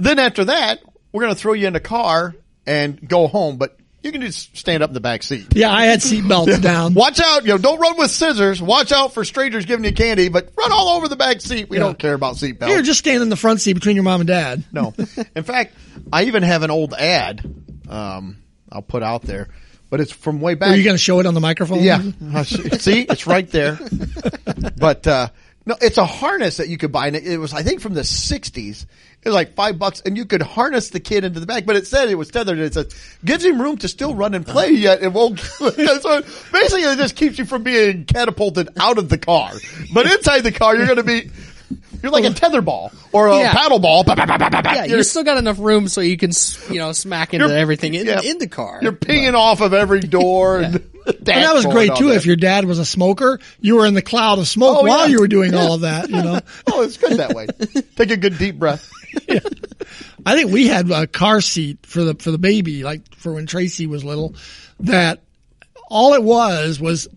S1: then after that, we're going to throw you in the car and go home. But you can just stand up in the back seat.
S2: Yeah, I had
S1: <laughs>
S2: seatbelts down.
S1: Watch out, you know, don't run with scissors. Watch out for strangers giving you candy, but run all over the back seat. We
S2: Yeah.
S1: don't care about seatbelts.
S2: You're just standing in the front seat between your mom and dad.
S1: no. In fact, I even have an old ad um, I'll put out there, but it's from way back.
S2: Are you going to show it on the
S1: <laughs>
S2: microphone?
S1: yeah. Uh, See, it's right there. But uh, no, it's a harness that you could buy, and it, it was I think from the '60s. It was like five bucks, and you could harness the kid into the back. But it said it was tethered. And it said gives him room to still run and play, yet it won't. <laughs> so basically, it just keeps you from being catapulted out of the car. But inside the car, you're going to be. You're like a tether ball or a
S3: Yeah.
S1: paddle ball. Ba, ba, ba, ba, ba, ba.
S3: yeah, you still got enough room so you can s- you know smack into
S1: You're-
S3: everything in,
S1: yeah.
S3: in the car.
S1: You're pinging off of every door. and, <laughs>
S2: And that was
S1: dashboard
S2: great
S1: on
S2: too.
S1: there.
S2: If your dad was a smoker, you were in the cloud of smoke
S1: Oh,
S2: while
S1: yeah.
S2: you were doing
S1: <laughs>
S2: all of that. You know,
S1: Oh, it's good
S2: <laughs>
S1: that way. Take a good deep breath.
S2: I think we had a car seat for the for the baby, like for when Tracy was little. That all it was was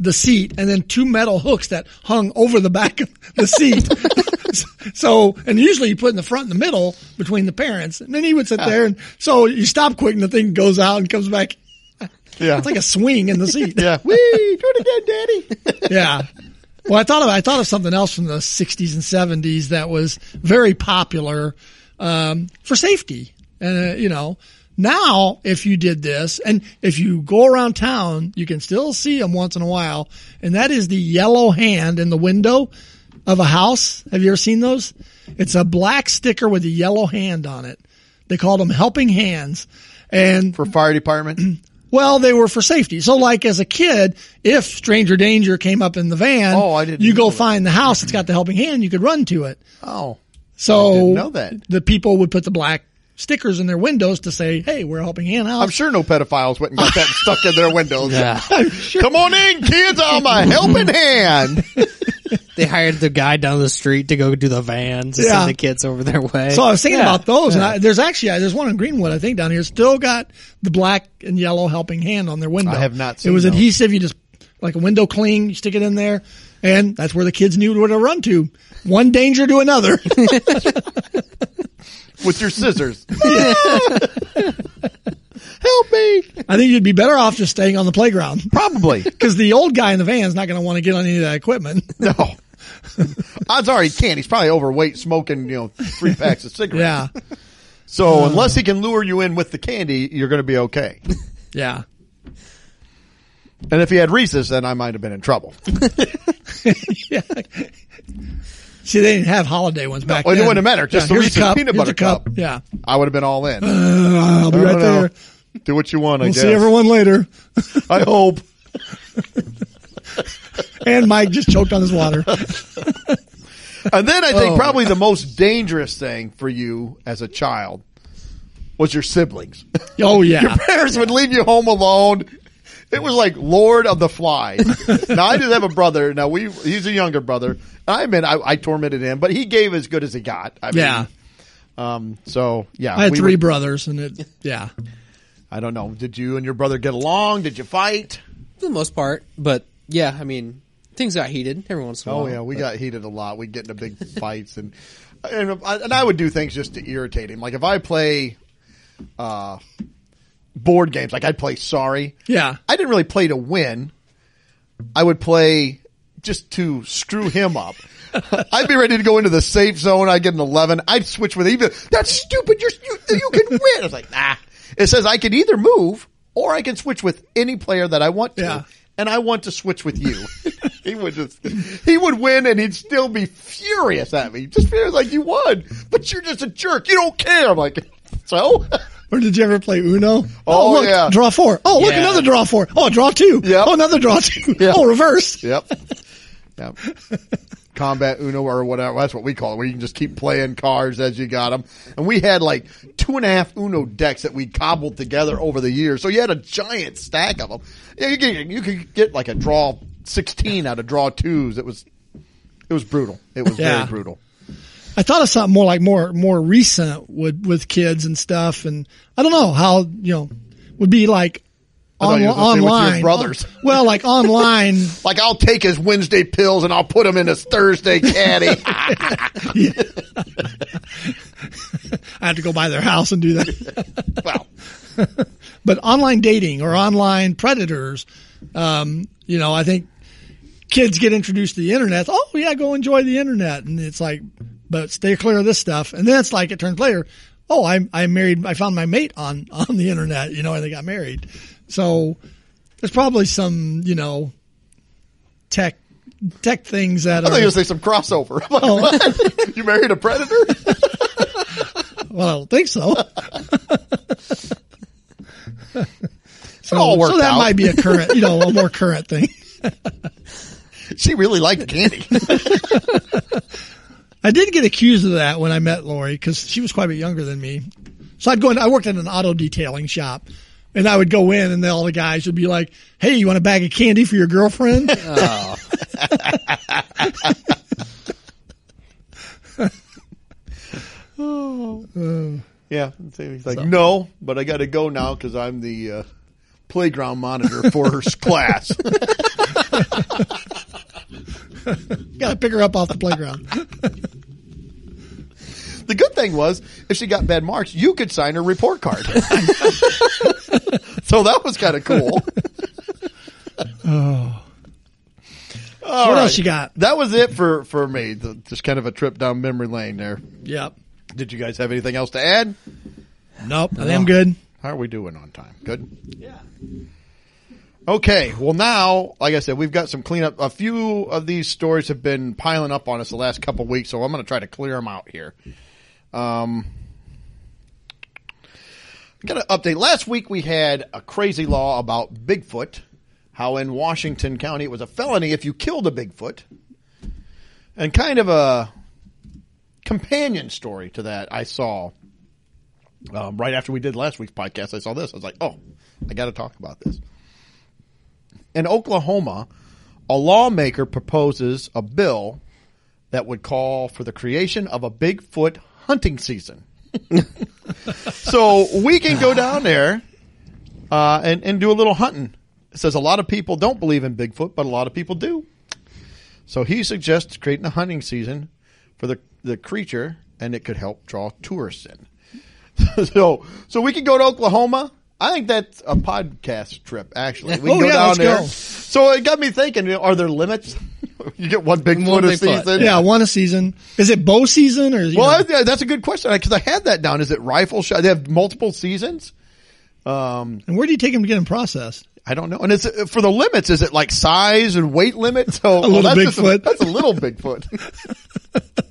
S2: the seat, and then two metal hooks that hung over the back of the seat. <laughs> so, and usually you put in the front and the middle between the parents, and then he would sit there, and so you stop quick, and the thing goes out and comes back.
S1: Yeah.
S2: It's like a swing in the seat. <laughs>
S1: yeah. Wee, do it again, Daddy.
S2: yeah. Well, I thought of I thought of something else from the '60s and '70s that was very popular um, for safety, and uh, you know, Now, if you did this, and if you go around town, you can still see them once in a while, and that is the yellow hand in the window of a house. Have you ever seen those? It's a black sticker with a yellow hand on it. They called them helping hands. And
S1: for fire
S2: <clears throat>
S1: department.
S2: well, they were for safety. So like as a kid, if stranger danger came up in the van,
S1: Oh, I didn't
S2: you
S1: know
S2: go
S1: that.
S2: find the house that's got the helping hand, you could run to it.
S1: oh,
S2: So
S1: I didn't know that.
S2: the people would put the black stickers in their windows to say, "Hey, we're helping hand out."
S1: I'm sure no pedophiles went and got that stuck in their windows.
S2: <laughs>
S3: Yeah.
S1: <laughs> Come on in, kids. I'm a helping hand.
S3: They hired the guy down the street to go do the vans to
S2: Yeah.
S3: send the kids over their way.
S2: so I was thinking
S3: Yeah.
S2: about those, and I, there's actually there's one in Greenwood, I think, down here. Still got the black and yellow helping hand on their window.
S1: I have not
S2: it
S1: seen
S2: was
S1: those.
S2: adhesive. You just like a window cling, you stick it in there, and that's where the kids knew where to run to. One danger to another. <laughs>
S1: with your
S2: <laughs>
S1: scissors. <laughs> Help me.
S2: I think you'd be better off just staying on the playground
S1: Probably.
S2: because the old guy in the van's not going to want to get on any of that equipment.
S1: <laughs> No. <laughs> Odds are he can't. He's probably overweight, smoking, you know, three packs of cigarettes.
S2: Yeah,
S1: So unless he can lure you in with the candy, you're going to be
S2: <laughs>
S1: okay.
S2: yeah.
S1: And if he had Reese's, then I might have been in trouble.
S2: See, they didn't have holiday ones back
S1: well, it
S2: then.
S1: wouldn't matter. Just the
S2: here's
S1: Reese's peanut
S2: here's
S1: butter
S2: a cup.
S1: cup.
S2: Yeah.
S1: I would have been all in.
S2: Uh, I'll be right
S1: I don't know.
S2: there.
S1: Do what you want, I
S2: We'll
S1: guess.
S2: see everyone later.
S1: I hope.
S2: And Mike just choked on
S1: <laughs>
S2: his water.
S1: And then I think
S3: Oh.
S1: probably the most dangerous thing for you as a child was your
S2: <laughs>
S1: siblings.
S2: Oh yeah.
S1: parents would leave you home alone. It was like Lord of the
S2: <laughs>
S1: Flies. now I did have a brother. Now we he's a younger brother. And I mean I, I tormented him, but he gave as good as he got. I mean,
S2: Yeah.
S1: Um. So yeah,
S2: I had
S1: we
S2: three
S1: would-
S2: brothers and it yeah.
S1: I don't know. Did you and your brother get along? Did you fight?
S3: for the most part, but yeah, I mean, things got heated every once in a
S1: Oh
S3: while.
S1: yeah, we got heated a lot. We'd get into big <laughs> fights, and and I, and I would do things just to irritate him. Like if I play, uh, board games, like I'd play Sorry.
S2: Yeah.
S1: I didn't really play to win. I would play just to screw him up. <laughs> I'd be ready to go into the safe zone. I'd get an 11. I'd switch with him. That's stupid. You're, you, you can win. I was like, nah. It says I can either move or I can switch with any player that I want to.
S2: Yeah.
S1: And I want to switch with you. <laughs> he would just, he would win and he'd still be furious at me. Just furious like you won, but you're just a jerk. You don't care. I'm like, <laughs> so?
S2: Or did you ever play Uno? Oh,
S1: Oh,
S2: look,
S1: yeah.
S2: draw four. Oh look,
S3: Yeah.
S2: another draw four. Oh, draw two.
S1: Yep.
S2: Oh, another draw two.
S1: Yeah.
S2: Oh,
S1: <laughs>
S2: reverse.
S1: Yep. Yep. Combat Uno or whatever. That's what we call it, where you can just keep playing cards as you got them. And we had like two and a half Uno decks that we cobbled together over the years. So you had a giant stack of them. Yeah, you could, you could get like a draw 16 out of draw twos. It was, it was brutal. It was
S2: Yeah.
S1: very brutal.
S2: I thought of something more like more more recent with with kids and stuff, and I don't know how you know would be like
S1: thought
S2: on,
S1: you were gonna say with your
S2: online
S1: brothers.
S2: Well, like online.
S1: Like I'll take his Wednesday pills and I'll put them in his Thursday <laughs> caddy.
S2: I have to go by their house and do that.
S1: well,
S2: but online dating or online predators, um, you know, I think kids get introduced to the internet. Oh yeah, go enjoy the internet, and it's like, but stay clear of this stuff. And then it's like it turns later. Oh, I I married. I found my mate on <laughs> on the internet. You know, and they got married. So there's probably some you know tech tech things that
S1: I thought you
S2: are
S1: were gonna say some crossover. <laughs> I'm like, what? You married a predator?
S2: well, I don't
S1: <laughs>
S2: think so. so
S1: all worked
S2: so that
S1: out.
S2: might be a current, you know, a more current thing.
S1: She really liked candy.
S2: I did get accused of that when I met Lori because she was quite a bit younger than me. So I'd go in, I worked at an auto detailing shop and I would go in and all the guys would be like, Hey, you want a bag of candy for your girlfriend? <laughs>
S1: Yeah. So He's like, no, but I got to go now because I'm the uh, playground monitor for
S2: <laughs>
S1: her class.
S2: Got to pick her up off the playground.
S1: the good thing was, if she got bad marks, you could sign her report card. so that was kind of cool.
S2: Oh. what else you got?
S1: That was it for, for me. The, just kind of a trip down memory lane there.
S2: Yep.
S1: Did you guys have anything else to add?
S2: Nope. I think I'm good.
S1: How are we doing on time? Good.
S2: Yeah.
S1: Okay. Well, now, like I said, we've got some cleanup. A few of these stories have been piling up on us the last couple weeks, so I'm going to try to clear them out here. Um, I got an update. Last week we had a crazy law about Bigfoot. How in Washington County it was a felony if you killed a Bigfoot, and kind of a companion story to that I saw um, right after we did last week's podcast. I saw this. I was like, oh, I got to talk about this. In Oklahoma, a lawmaker proposes a bill that would call for the creation of a Bigfoot hunting
S2: <laughs>
S1: season. so we can go down there uh, and, and do a little hunting. It says a lot of people don't believe in Bigfoot, but a lot of people do. So he suggests creating a hunting season for the, the creature, and it could help draw tourists in. <laughs> so so we could go to Oklahoma. I think that's a podcast trip. Actually, we can
S2: Oh,
S1: go
S2: yeah,
S1: down
S2: let's
S1: there.
S2: go.
S1: So it got me thinking: you know, Are there limits? <laughs> you get one Bigfoot
S3: One
S1: a
S3: Bigfoot,
S1: season.
S2: Yeah, one a season. Is it bow season or? you
S1: Well,
S2: know-
S1: I- that's a good question because I had that down. Is it rifle shot? They have multiple seasons. Um,
S2: and where do you take them to get them processed?
S1: I don't know. And it's for the limits. Is it like size and weight limit?
S2: <laughs>
S1: So
S2: little
S1: that's just
S2: Bigfoot.
S1: that's a little Bigfoot.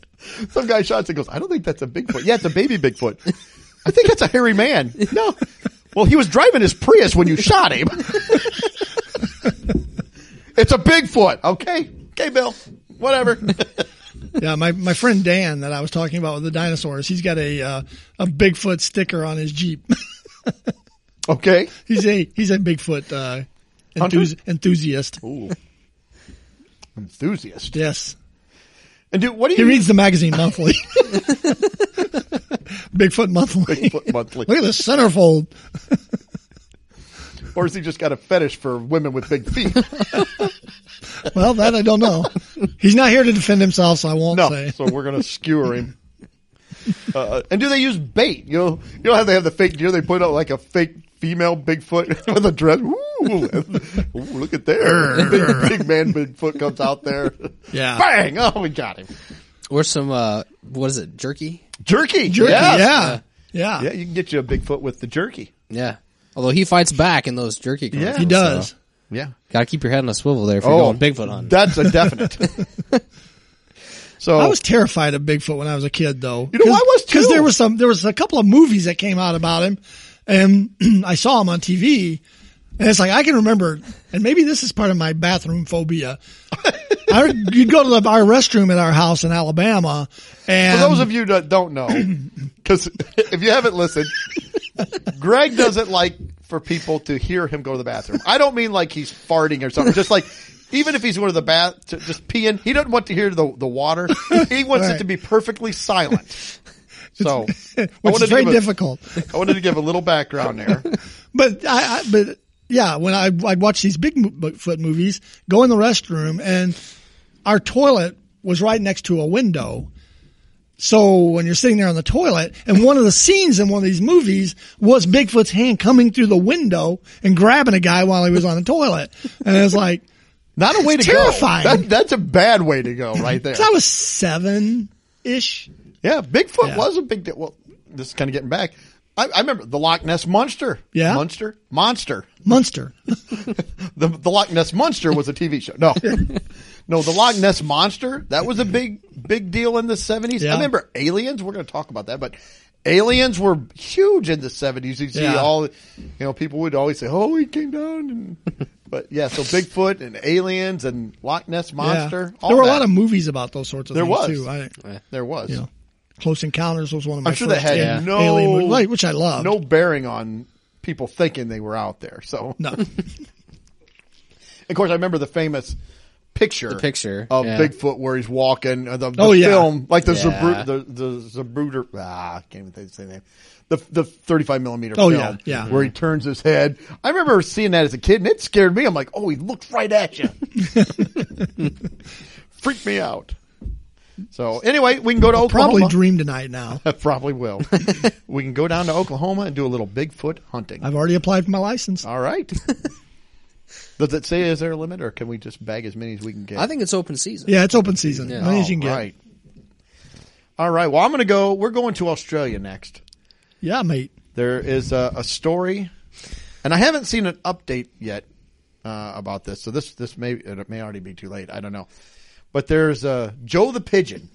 S2: <laughs>
S1: Some guy shots it goes. I don't think that's a Bigfoot. Yeah, it's a baby Bigfoot. I think that's a hairy man. No. Well, he was driving his Prius when you shot him. <laughs> it's a Bigfoot. Okay. Okay, Bill. Whatever.
S2: Yeah, my, my friend Dan that I was talking about with the dinosaurs, he's got a uh, a Bigfoot sticker on his Jeep. <laughs>
S1: okay.
S2: he's a he's a Bigfoot uh, enthusi- enthusiast.
S1: Ooh. Enthusiast.
S2: Yes,
S1: And dude, what do
S2: he
S1: you
S2: reads the magazine monthly. <laughs> Bigfoot monthly.
S1: Bigfoot monthly?
S2: <laughs> Look at this centerfold.
S1: Or has he just got a fetish for women with big
S2: <laughs>
S1: feet?
S2: Well, that I don't know. He's not here to defend himself, so I won't
S1: No.
S2: say.
S1: so we're gonna skewer him. Uh, and do they use bait? You know, you know how they have the fake deer. They put out like a fake female Bigfoot <laughs> with a dress. Ooh, ooh look at
S2: <laughs>
S1: there! big, big man Bigfoot comes out there.
S2: Yeah.
S1: bang! Oh, we got him.
S3: Or some uh, what is it? Jerky.
S1: Jerky,
S2: Jerky,
S1: yes.
S2: yeah. yeah,
S1: yeah. You can get you a Bigfoot with the jerky.
S3: Yeah. Although he fights back in those jerky.
S1: Yeah. Oh,
S2: He
S3: commercials,
S2: does.
S3: so
S1: Yeah.
S3: gotta keep your head on a swivel there if you're going Bigfoot hunting.
S1: That's a definite. so
S2: I was terrified of Bigfoot when I was a kid, though.
S1: oh. You know, I was, too.
S2: because there was some there was a couple of movies that came out about him, and <clears throat> I saw him on TV, and it's like I can remember, and maybe this is part of my
S1: <laughs>
S2: bathroom phobia. I, you'd go to the, our restroom at our house in Alabama, and
S1: For those of you that don't know, because if you haven't listened, Greg doesn't like for people to hear him go to the bathroom. I don't mean like he's farting or something. Just like even if he's going to the bath, to just peeing, he doesn't want to hear the the water. He wants it
S2: Right.
S1: to be perfectly silent. So I
S2: which
S1: wanted
S2: is very
S1: to give a-
S2: difficult.
S1: I wanted to give a little background there.
S2: But I, I but yeah, when I I'd watch these big mo- Bigfoot movies, go in the restroom, and our toilet was right next to a window. So when you're sitting there on the toilet, and one of the scenes in one of these movies was Bigfoot's hand coming through the window and grabbing a guy while he was on the toilet, and it's like,
S1: Not a way
S2: It's
S1: to
S2: terrifying.
S1: go. That, that's a bad way to go, right there.
S2: 'cause I was seven ish.
S1: Yeah, Bigfoot
S2: Yeah.
S1: was a big deal. Well, this is kind of getting back. I, I remember the Loch Ness Monster.
S2: Yeah.
S1: Monster. Monster.
S2: Munster.
S1: The, the Loch Ness Monster was a TV show.
S2: <laughs>
S1: No. no, the Loch Ness Monster, that was a big, big deal in the 70s. I
S2: Yeah.
S1: remember aliens. We're going to talk about that, but aliens were huge in the 70s. You see
S2: Yeah.
S1: all, you know, people would always say, oh, he came down. And, <laughs> but yeah, so Bigfoot and aliens and Loch Ness Monster.
S2: Yeah.
S1: all
S2: There were a
S1: that.
S2: lot of movies about those sorts of
S1: There
S2: things
S1: was.
S2: too. I,
S1: There was.
S2: you know, Close Encounters was one of my
S1: I'm sure that
S2: first
S1: had
S2: alien-
S1: no,
S2: alien movies, right, which I loved.
S1: no bearing on people thinking they were out there. So, <laughs>
S2: no.
S1: of course, I remember the famous picture,
S3: The picture,
S1: of
S3: yeah.
S1: Bigfoot where he's walking. uh, The, the
S2: Oh, yeah.
S1: film, like the
S3: Yeah.
S1: Zabru- the the Zabruder. Ah, I can't even think of the same name. The the 35 millimeter
S2: Oh,
S1: film,
S2: yeah, yeah.
S1: where he turns his head. I remember seeing that as a kid, and it scared me. I'm like, oh, he looks right at
S2: <laughs>
S1: you. Freaked me out. So anyway, we can go to Oklahoma.
S2: probably dream tonight now.
S1: I <laughs> probably
S2: <laughs>
S1: will. we can go down to Oklahoma and do a little Bigfoot hunting.
S2: I've already applied for my license.
S1: All right. <laughs> Does it say is there a limit, or can we just bag as many as we can get?
S3: I think it's open season.
S2: Yeah, it's open season. As many as you can get.
S1: All right. All right. Well, I'm going to go. We're going to Australia next.
S2: Yeah, mate.
S1: There is a, a story, and I haven't seen an update yet uh, about this. So this this may it may already be too late. I don't know, but there's uh, Joe the
S2: <laughs>
S1: pigeon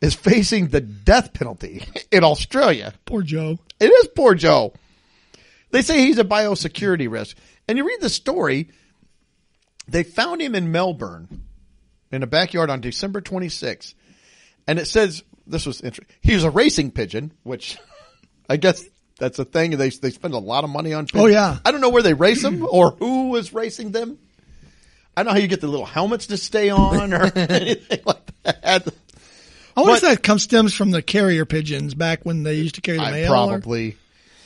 S1: is facing the death penalty in Australia.
S2: Poor Joe.
S1: It is poor Joe. They say he's a biosecurity risk. And you read the story, they found him in Melbourne in a backyard on December 26th. And it says, this was interesting. He was a racing pigeon, which <laughs> I guess that's a thing. They, they spend a lot of money on pigeons.
S2: Oh, yeah.
S1: I don't know where they race them or who was racing them. I don't know how you get the little helmets to stay on
S2: <laughs>
S1: or anything like that.
S2: I wonder
S1: But-
S2: if that comes stems from the carrier pigeons back when they used to carry the
S1: I
S2: mail. or-
S1: probably.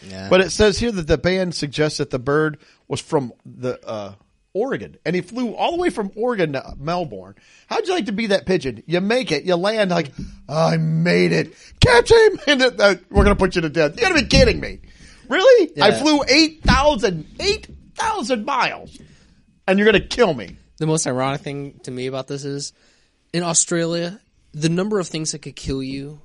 S3: Yeah.
S1: But it says here that the band suggests that the bird was from the uh, Oregon, and he flew all the way from Oregon to Melbourne. How'd you like to be that pigeon? You make it, you land like I made it, catch him, <laughs> and it- uh, we're gonna put you to death. You gotta be kidding me! Really? I
S3: Yeah.
S1: flew 8,000 8,000 miles, and you're gonna kill me.
S3: the most ironic thing to me about this is in Australia, the number of things that could kill you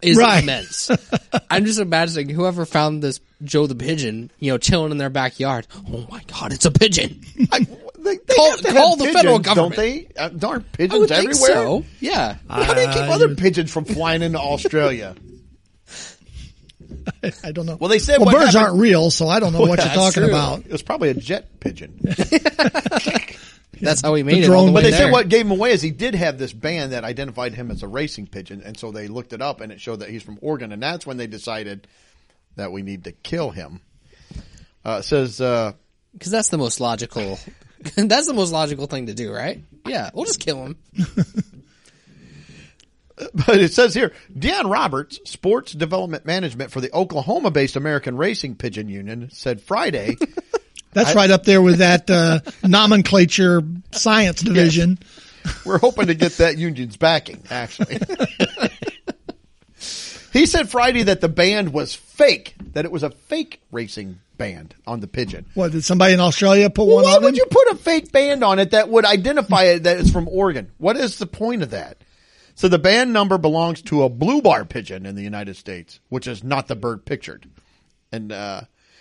S3: is
S2: Right.
S3: immense. <laughs> I'm just imagining whoever found this Joe the pigeon, you know, chilling in their backyard. Oh my god, it's a pigeon.
S1: I, they, they
S3: Call-
S1: have to
S3: call
S1: have
S3: the
S1: pigeons,
S3: federal
S1: don't they? Uh, darn
S3: I
S1: pigeons
S3: would think
S1: everywhere.
S3: so. Yeah.
S1: How do you keep
S2: I
S1: other
S2: would-
S1: pigeons from flying into Australia?
S2: <laughs> I don't know.
S1: Well, they said
S2: well,
S1: what
S2: birds
S1: happened-
S2: aren't real, so I
S1: <laughs>
S2: don't know <laughs> what you're
S3: that's
S2: talking
S3: true.
S2: about.
S1: It was probably a jet
S2: <laughs>
S1: pigeon.
S3: That's how he made it.
S2: drone-
S3: all the
S1: But
S2: But
S3: way
S1: they
S3: there.
S1: said what gave him away is he did have this band that identified him as a racing pigeon, and so they looked it up and it showed that he's from Oregon, and that's when they decided that we need to kill him. Uh, it says uh, <laughs>
S3: Because that's the most logical. <laughs> that's the most logical thing to do, right? Yeah, we'll just kill him.
S1: But it says here, Deion Roberts, sports development management for the Oklahoma-based American Racing Pigeon Union, said
S2: <laughs>
S1: Friday.
S2: That's right up there with that uh, <laughs> nomenclature science division.
S1: <laughs> We're hoping to get that union's backing, actually. he said Friday that the band was fake, that it was a fake racing band on the pigeon.
S2: What did somebody in Australia put
S1: Well,
S2: one
S1: why
S2: on
S1: would
S2: them?
S1: you put a fake band on it that would identify it that it's from Oregon? What is the point of that? So the band number belongs to a blue bar pigeon in the United States, which is not the bird pictured. And uh,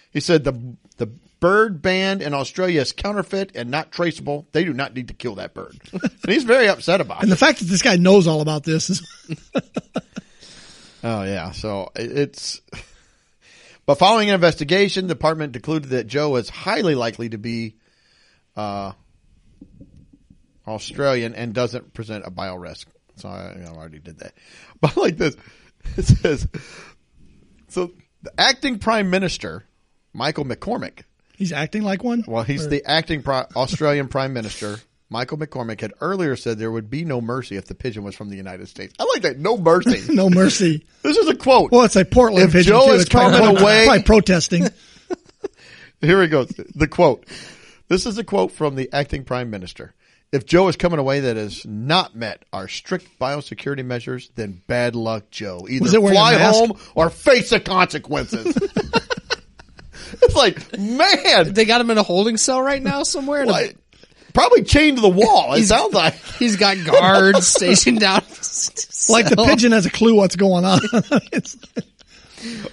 S1: he said the the bird band in Australia is counterfeit and not traceable. They do not need to kill that bird. <laughs> and he's very upset about it.
S2: and the fact that this guy knows all about this is <laughs>
S1: Oh yeah, so it- it's. <laughs> But following an investigation, the department concluded that Joe is highly likely to be uh, Australian and doesn't present a bio risk. So I, I already did that. <laughs> But I like this, <laughs> it says so. The acting prime minister, Michael McCormick.
S2: he's acting like one.
S1: Well, he's the acting pri- Australian prime minister. Michael McCormick had earlier said there would be no mercy if the pigeon was from the United States. I like that. No mercy.
S2: <laughs> <laughs> no mercy.
S1: this is a quote.
S2: Well, it's a Portland
S1: If
S2: pigeon
S1: Joe
S2: too.
S1: is
S2: it's probably,
S1: coming
S2: pro-
S1: away- <laughs>
S2: probably protesting.
S1: Here he goes. The quote. This is a quote from the acting prime minister. If Joe is coming away that has not met our strict biosecurity measures, then bad luck, Joe.
S2: Was
S1: Either
S2: it wearing a
S1: fly
S2: mask?
S1: home or face the
S2: <laughs>
S1: consequences. it's like, man,
S3: They got him in a holding cell right now somewhere. in a-
S1: like, probably chained to the wall. It
S3: He's-
S1: sounds like.
S3: he's got guards <laughs> stationed out.
S2: like the pigeon has a clue what's
S1: <laughs>
S2: going on. It's-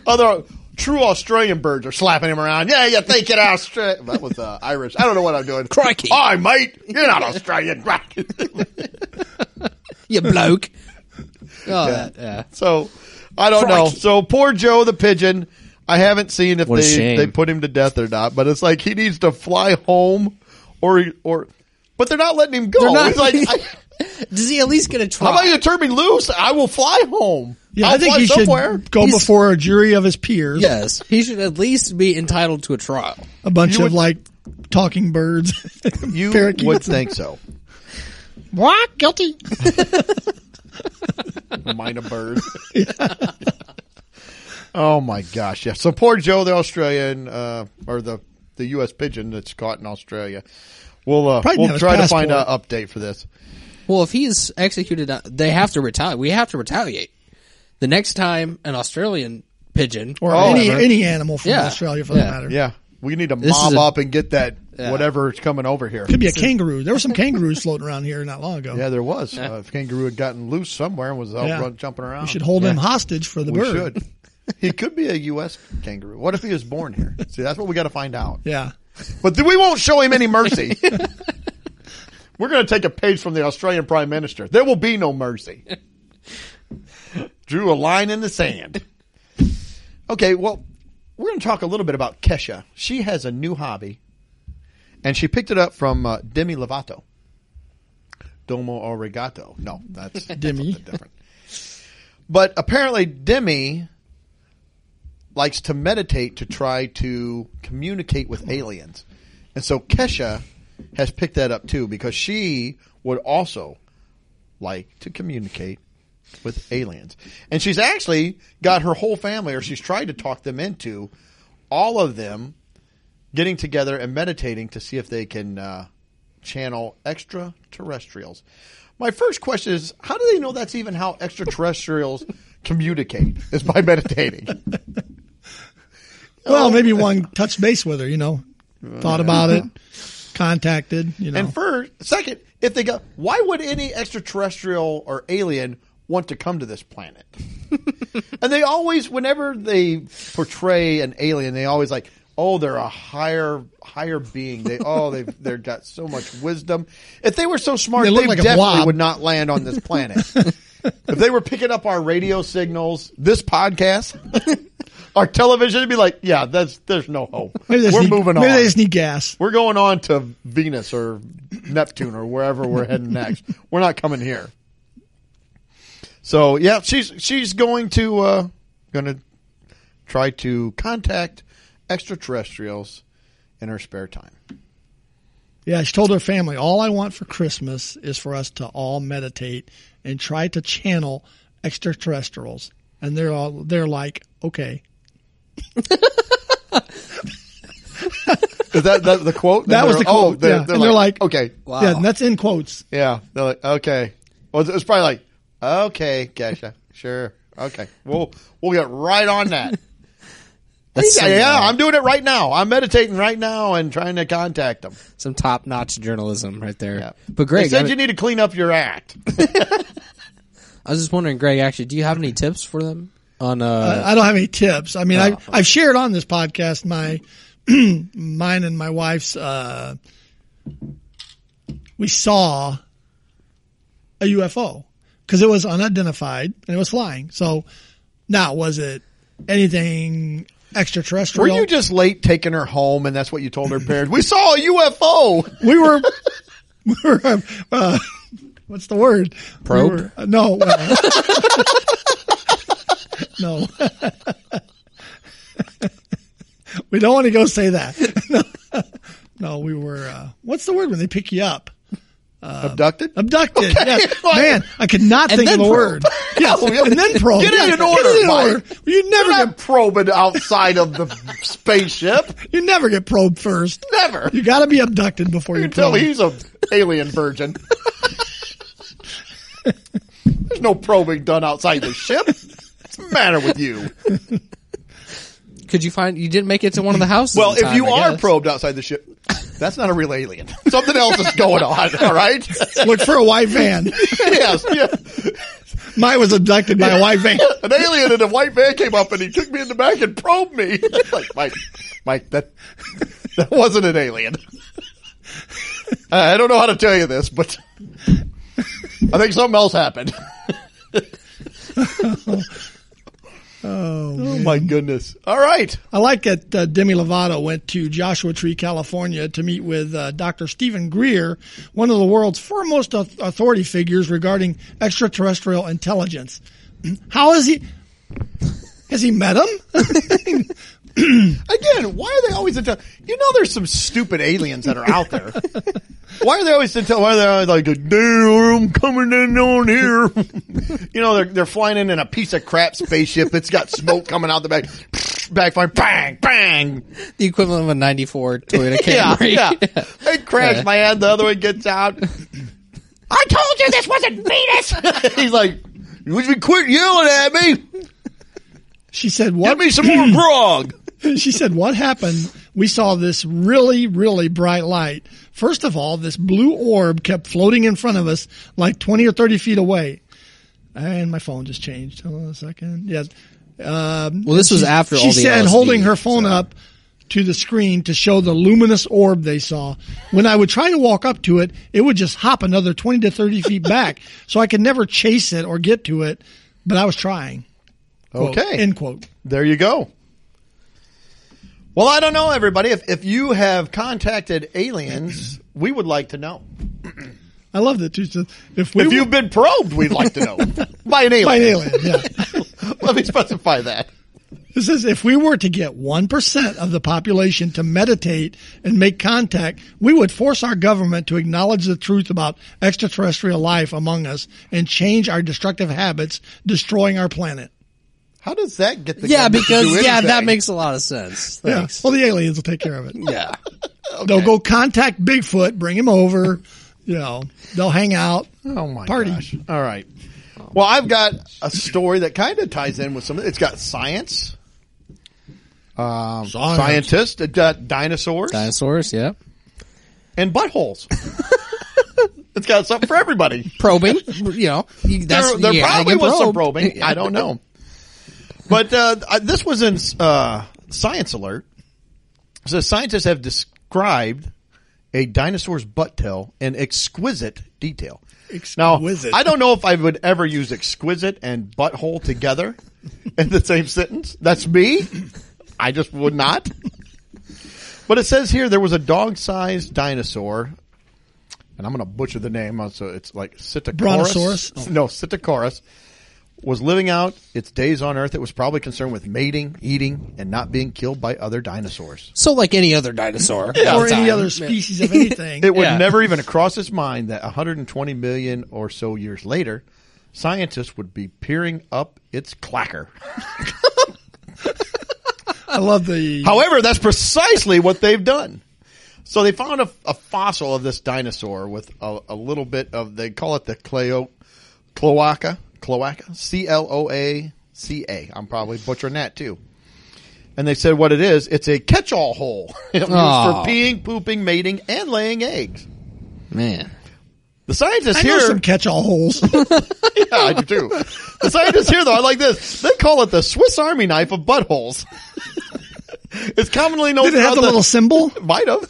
S1: Other true Australian birds are slapping him around. Yeah, you think it Australia. That was uh, Irish. I don't know what I'm doing.
S3: Crikey.
S1: Hi, mate. You're not
S2: <laughs>
S1: Australian.
S3: you bloke. Oh, that- yeah.
S1: So I don't know.
S3: Crikey.
S1: So poor Joe the pigeon. I haven't seen if
S3: What a
S1: they
S3: shame.
S1: they put him to death or not, but it's like he needs to fly home or or but they're not letting him go.
S3: They're not-
S1: He's like I,
S3: Does he at least get a
S1: how
S3: try?
S1: about you turn me loose? I will fly home.
S2: yeah,
S1: I'll
S2: I think
S1: fly
S2: he
S1: somewhere.
S2: should go
S3: He's-
S2: before a jury of his peers.
S3: yes, he should at least be entitled to a trial.
S2: a bunch
S1: You
S2: of
S1: would-
S2: like talking birds. <laughs>
S1: You
S2: Parakeets.
S1: would think so.
S2: what
S3: <laughs>
S2: guilty?
S1: Mind a bird. oh my gosh! Yeah. So poor Joe, the Australian uh, or the the U.S. pigeon that's caught in Australia. We'll uh,
S2: Probably didn't have
S1: we'll
S2: his
S1: try to find an
S2: passport.
S1: update for this.
S3: Well, if he's executed, uh, they have to retaliate. We have to retaliate. The next time an Australian pigeon
S2: Or
S1: Oh,
S2: any
S1: right.
S2: any animal from
S3: Yeah.
S2: Australia for
S3: Yeah.
S2: that matter.
S1: Yeah. We need to
S3: This
S1: mob
S3: is a-
S1: up and get that
S3: Yeah.
S1: whatever's coming over here.
S2: Could be a kangaroo. There were some kangaroos floating around here not long ago.
S1: Yeah, there was. Uh, if kangaroo had gotten loose somewhere and was out
S2: Yeah.
S1: run, jumping around,
S2: We should hold him hostage for the
S1: We
S2: <laughs> bird.
S1: should. He could be a U.S. kangaroo. What if he was born
S2: <laughs>
S1: here? See, that's what we got to find out.
S2: Yeah.
S1: But th- we won't show him any
S2: <laughs>
S1: mercy. We're going to take a page from the Australian Prime Minister. There will be no mercy. Drew a line in the sand. <laughs> Okay, well, we're going to talk a little bit about Kesha. She has a new hobby, and she picked it up from uh, Demi Lovato. Domo Arigato. No, that's
S2: Demi.
S1: something different. But apparently, Demi likes to meditate to try to communicate with aliens. And so Kesha has picked that up too because she would also like to communicate with aliens. And she's actually got her whole family, or she's tried to talk them into all of them getting together and meditating to see if they can uh, channel extraterrestrials. My first question is how do they know that's even how extraterrestrials communicate? Is by <laughs> meditating.
S2: Well, maybe one touched base with her, you know, thought
S1: <laughs>
S2: about it, contacted, you know.
S1: And first, second, if they go, why would any extraterrestrial or alien want to come to this
S2: <laughs>
S1: planet? and they always, whenever they portray an alien, they always like, oh, they're a higher higher being. They oh,
S2: <laughs>
S1: they've they've got so much wisdom. If they were so smart,
S2: They
S1: they,
S2: look like a
S1: definitely
S2: blob.
S1: would not land on this
S2: <laughs>
S1: planet. if they were picking up our radio signals, this podcast. <laughs> Our television would be like, yeah, that's there's no hope.
S2: maybe they just
S1: We're
S2: need,
S1: moving on.
S2: Maybe they just need gas.
S1: We're going on to Venus or Neptune or wherever we're
S2: <laughs>
S1: heading next. We're not coming here. So yeah, she's she's going to uh, going to try to contact extraterrestrials in her spare time.
S2: Yeah, she told her family, all I want for Christmas is for us to all meditate and try to channel extraterrestrials. And they're all, they're like, okay.
S1: Is that, that the quote?
S2: That was
S1: They're-
S2: the
S1: oh,
S2: quote.
S1: they're,
S2: yeah.
S1: they're
S2: and they're like,
S1: okay,
S3: Wow.
S2: Yeah, and that's in quotes.
S1: yeah, they're like, okay. Well, it's- it's probably like, okay, Kesha, sure, okay. We'll we'll get right on
S2: <laughs>
S1: that.
S3: That's
S1: yeah,
S3: some,
S1: yeah,
S3: uh,
S1: I'm doing it right now. I'm meditating right now and trying to contact them.
S3: some top notch journalism right there.
S1: Yeah.
S3: But Greg,
S1: they said
S3: I,
S1: you need to clean up your act.
S3: I was just wondering, Greg, actually, do you have any tips for them on? Uh,
S2: I don't have any tips. I mean,
S1: Oh.
S2: I, I've shared on this podcast my, <clears throat> mine and my wife's, uh, we saw a UFO because it was unidentified and it was flying. So now was it anything
S1: Were
S2: extraterrestrial?
S1: you just late taking her home, and that's what you told her parents? We saw a UFO.
S2: we were, <laughs> we were, um, uh, what's the word? We
S3: Probe?
S2: were- uh, no. uh, no. <laughs> we don't want to go say that. <laughs> no, we were, uh, what's the word when they pick you up?
S1: Uh, Abducted.
S2: Abducted.
S1: <laughs>
S2: Yes. Man, I could not
S3: And
S2: think of
S3: then
S2: the
S3: probe.
S2: word. Yes.
S1: yeah. <laughs>
S2: and then probe.
S1: Oh, Get it
S2: Yes.
S1: in order,
S2: Get it in
S1: Mike.
S2: order. You never
S1: You're
S2: get
S1: not probing outside of the spaceship.
S2: you never get probed first.
S1: Never.
S2: You got to be abducted before
S1: You
S2: you're
S1: can tell
S2: probed.
S1: he's a alien virgin. There's no probing done outside the ship. What's the matter with you?
S3: could you find? You didn't make it to one of the houses.
S1: Well,
S3: in
S1: if
S3: time,
S1: you
S3: I
S1: are
S3: guess.
S1: probed outside the ship, that's not a real alien. Something else is going on. All <laughs> right.
S2: Look for a
S1: <laughs>
S2: white van.
S1: yes. Yeah.
S2: Mine was abducted by a white van.
S1: an alien in a white van came up and he took me in the back and probed me. <laughs> like, Mike, Mike, that <laughs> that wasn't an alien. <laughs> I I don't know how to tell you this, but <laughs> I think something else happened. <laughs>
S2: Oh,
S1: Oh my goodness! All right,
S2: I like that uh, Demi Lovato went to Joshua Tree, California to meet with uh, Dr. Stephen Greer, one of the world's foremost au- authority figures regarding extraterrestrial intelligence. <clears throat> How is he? Has he met him? <laughs>
S1: again, why are they always into? You know, there's some stupid aliens that are out there. Why are they always into? Why are they always like, "Dude, I'm coming in on here"? <laughs> you know, they're they're flying in in a piece of crap spaceship that's got smoke coming out the back, <laughs> backfire, bang, bang.
S3: the equivalent of a '94 Toyota
S1: <laughs> Yeah,
S3: Camry.
S1: yeah. <laughs> They crash my head. The other one gets out. <laughs> I told you this wasn't Venus. <laughs> He's like, "You would be quit yelling at me.
S2: She said,
S1: Get
S2: "What?"
S1: me some <clears throat> more grog."
S2: <laughs> she said, "What happened? We saw this really, really bright light. First of all, this blue orb kept floating in front of us, like twenty or thirty feet away." And my phone just changed. Hold on a second. Yes, Um,
S3: <laughs> Well, this was after
S2: she
S3: all the
S2: said,
S3: LSD,
S2: holding her phone
S3: so-
S2: up to the screen to show the luminous orb they saw. When I would try to walk up to it, it would just hop another 20 to 30
S3: <laughs>
S2: feet back. So I could never chase it or get to it, but I was trying. Quote,
S1: Okay.
S2: End quote.
S1: There you go. Well, I don't know, everybody. If, if you have contacted aliens, we would like to know.
S2: I love that too. So If, we
S1: If
S2: were-
S1: you've been probed, we'd like to know. By an alien.
S2: by an alien, yeah.
S1: <laughs> Let me specify that.
S2: This is if we were to get 1% of the population to meditate and make contact, we would force our government to acknowledge the truth about extraterrestrial life among us and change our destructive habits, destroying our planet.
S1: How does that get the
S3: Yeah,
S1: government to
S3: because
S1: do
S3: yeah, that
S1: anything?
S3: makes a lot of sense.
S2: Yeah.
S3: Thanks.
S2: Well, the aliens will take
S1: <laughs>
S2: care of it.
S3: Yeah.
S2: They'll go contact Bigfoot, bring him over, you know, they'll hang out.
S1: Oh my
S2: Party.
S1: gosh! All right. Well, I've got a story that kind of ties in with some. It's got science, um,
S2: Science.
S1: scientists, it got dinosaurs,
S3: Dinosaurs. Yeah.
S1: and buttholes. <laughs> it's got something for everybody.
S3: Probing. <laughs> You know. you- That's
S1: there there
S3: yeah,
S1: probably
S3: you
S1: was some
S3: probe. <laughs>
S1: probing. I don't know. But uh, I- this was in uh, Science Alert. So scientists have described a dinosaur's butt tail in exquisite detail.
S2: Exquisite.
S1: Now, I don't know if I would ever use exquisite and butthole together in the same sentence. That's me. I just would not. But it says here there was a dog-sized dinosaur, and I'm going to butcher the name. uh, So it's like Sitacorus.
S2: Brontosaurus?
S1: <laughs> No, Sitacorus was living out its days on Earth. It was probably concerned with mating, eating, and not being killed by other dinosaurs.
S3: So like any other dinosaur.
S2: or
S3: All
S2: any
S3: time.
S2: other species of
S1: <laughs>
S2: anything.
S1: It would
S3: Yeah.
S1: never even cross his mind that 120 million or so years later, scientists would be peering up its clacker.
S2: I love the
S1: However, that's precisely what they've done. So they found a, a fossil of this dinosaur with a, a little bit of they call it the cleo, cloaca cloaca C L O A C A. I'm probably butchering that too. And they said what it is. It's a catch-all hole <laughs> It was
S3: Aw.
S1: for peeing, pooping, mating, and laying eggs.
S3: Man.
S1: The scientists
S2: I know
S1: here
S2: some
S1: <laughs>
S2: catch-all holes.
S1: Yeah, I do too. The scientists here, though, I like this. They call it the Swiss Army knife of buttholes. <laughs> it's commonly known
S2: Did it have
S1: throughout
S2: the little symbol?
S1: <laughs> might have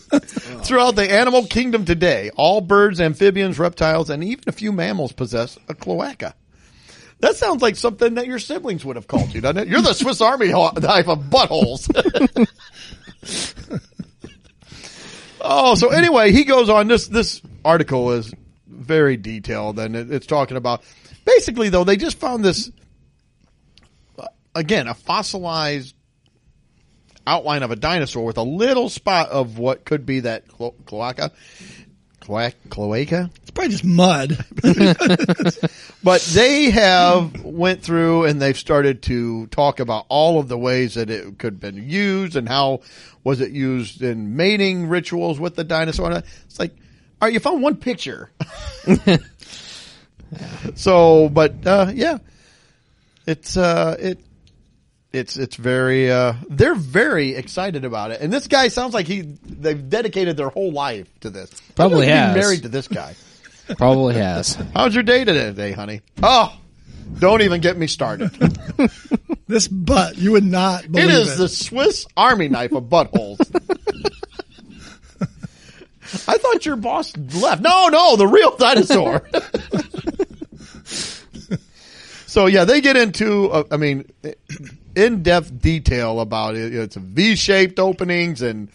S1: throughout the animal kingdom today. All birds, amphibians, reptiles, and even a few mammals possess a cloaca. That sounds like something that your siblings would have called you, doesn't it? You're the Swiss Army ho- knife of buttholes. <laughs> Oh, so anyway, he goes on. This this article is very detailed, and it, it's talking about basically though they just found this uh, again a fossilized outline of a dinosaur with a little spot of what could be that clo- cloaca, cloac, cloaca.
S2: It's probably
S1: <laughs>
S2: just mud.
S1: But they have went through and they've started to talk about all of the ways that it could have been used and how was it used in mating rituals with the dinosaur. It's like, all right, you found one
S3: <laughs>
S1: picture. so, but uh, yeah, it's uh, it it's it's very uh, they're very excited about it. And this guy sounds like he they've dedicated their whole life to this.
S3: Probably
S1: Imagine being
S3: has.
S1: married to this guy.
S3: Probably has.
S1: How's your day today, honey? Oh, don't even get me started.
S2: This butt, you would not believe
S1: it
S2: it.
S1: is the Swiss Army knife of buttholes. I thought your boss left. No, no, the real dinosaur. so yeah, they get into, uh, I mean, in-depth detail about it. It's V-shaped openings and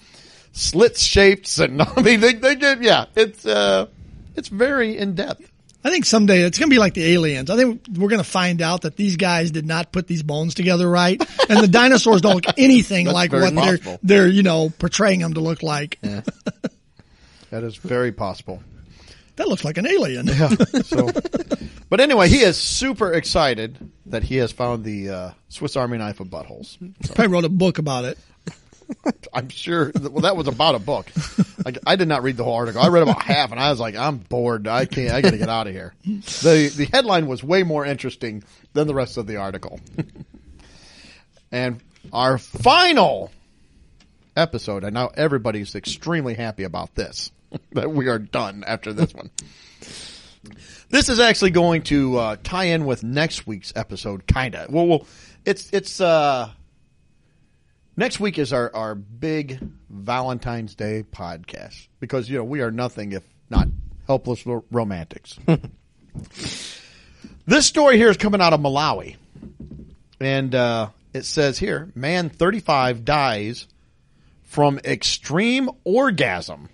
S1: slit shapes, and <laughs> I mean, they, they get yeah, it's uh, it's very in-depth.
S2: I think someday it's going to be like the aliens. I think we're going to find out that these guys did not put these bones together right, and the dinosaurs don't
S1: <laughs>
S2: look anything like
S1: very
S2: what
S1: possible.
S2: they're they're you know portraying them to look like.
S1: That is very possible.
S2: That looks like an alien.
S1: So, but anyway, he is super excited that he has found the uh, Swiss Army knife of buttholes.
S2: <laughs> Probably wrote a book about it.
S1: I'm sure. Well, that was about a book. I, I did not read the whole article. I read about <laughs> half, and I was like, I'm bored. I can't. I got to get out of here. the The headline was way more interesting than the rest of the article. <laughs> and our final episode, and now everybody's extremely happy about this <laughs> that we are done after this one. This is actually going to uh, tie in with next week's episode, kinda. Well, we'll it's it's uh next week is our our big Valentine's Day podcast because you know we are nothing if not helpless ro- romantics. this story here is coming out of Malawi, and uh, it says here: man thirty five dies from extreme orgasm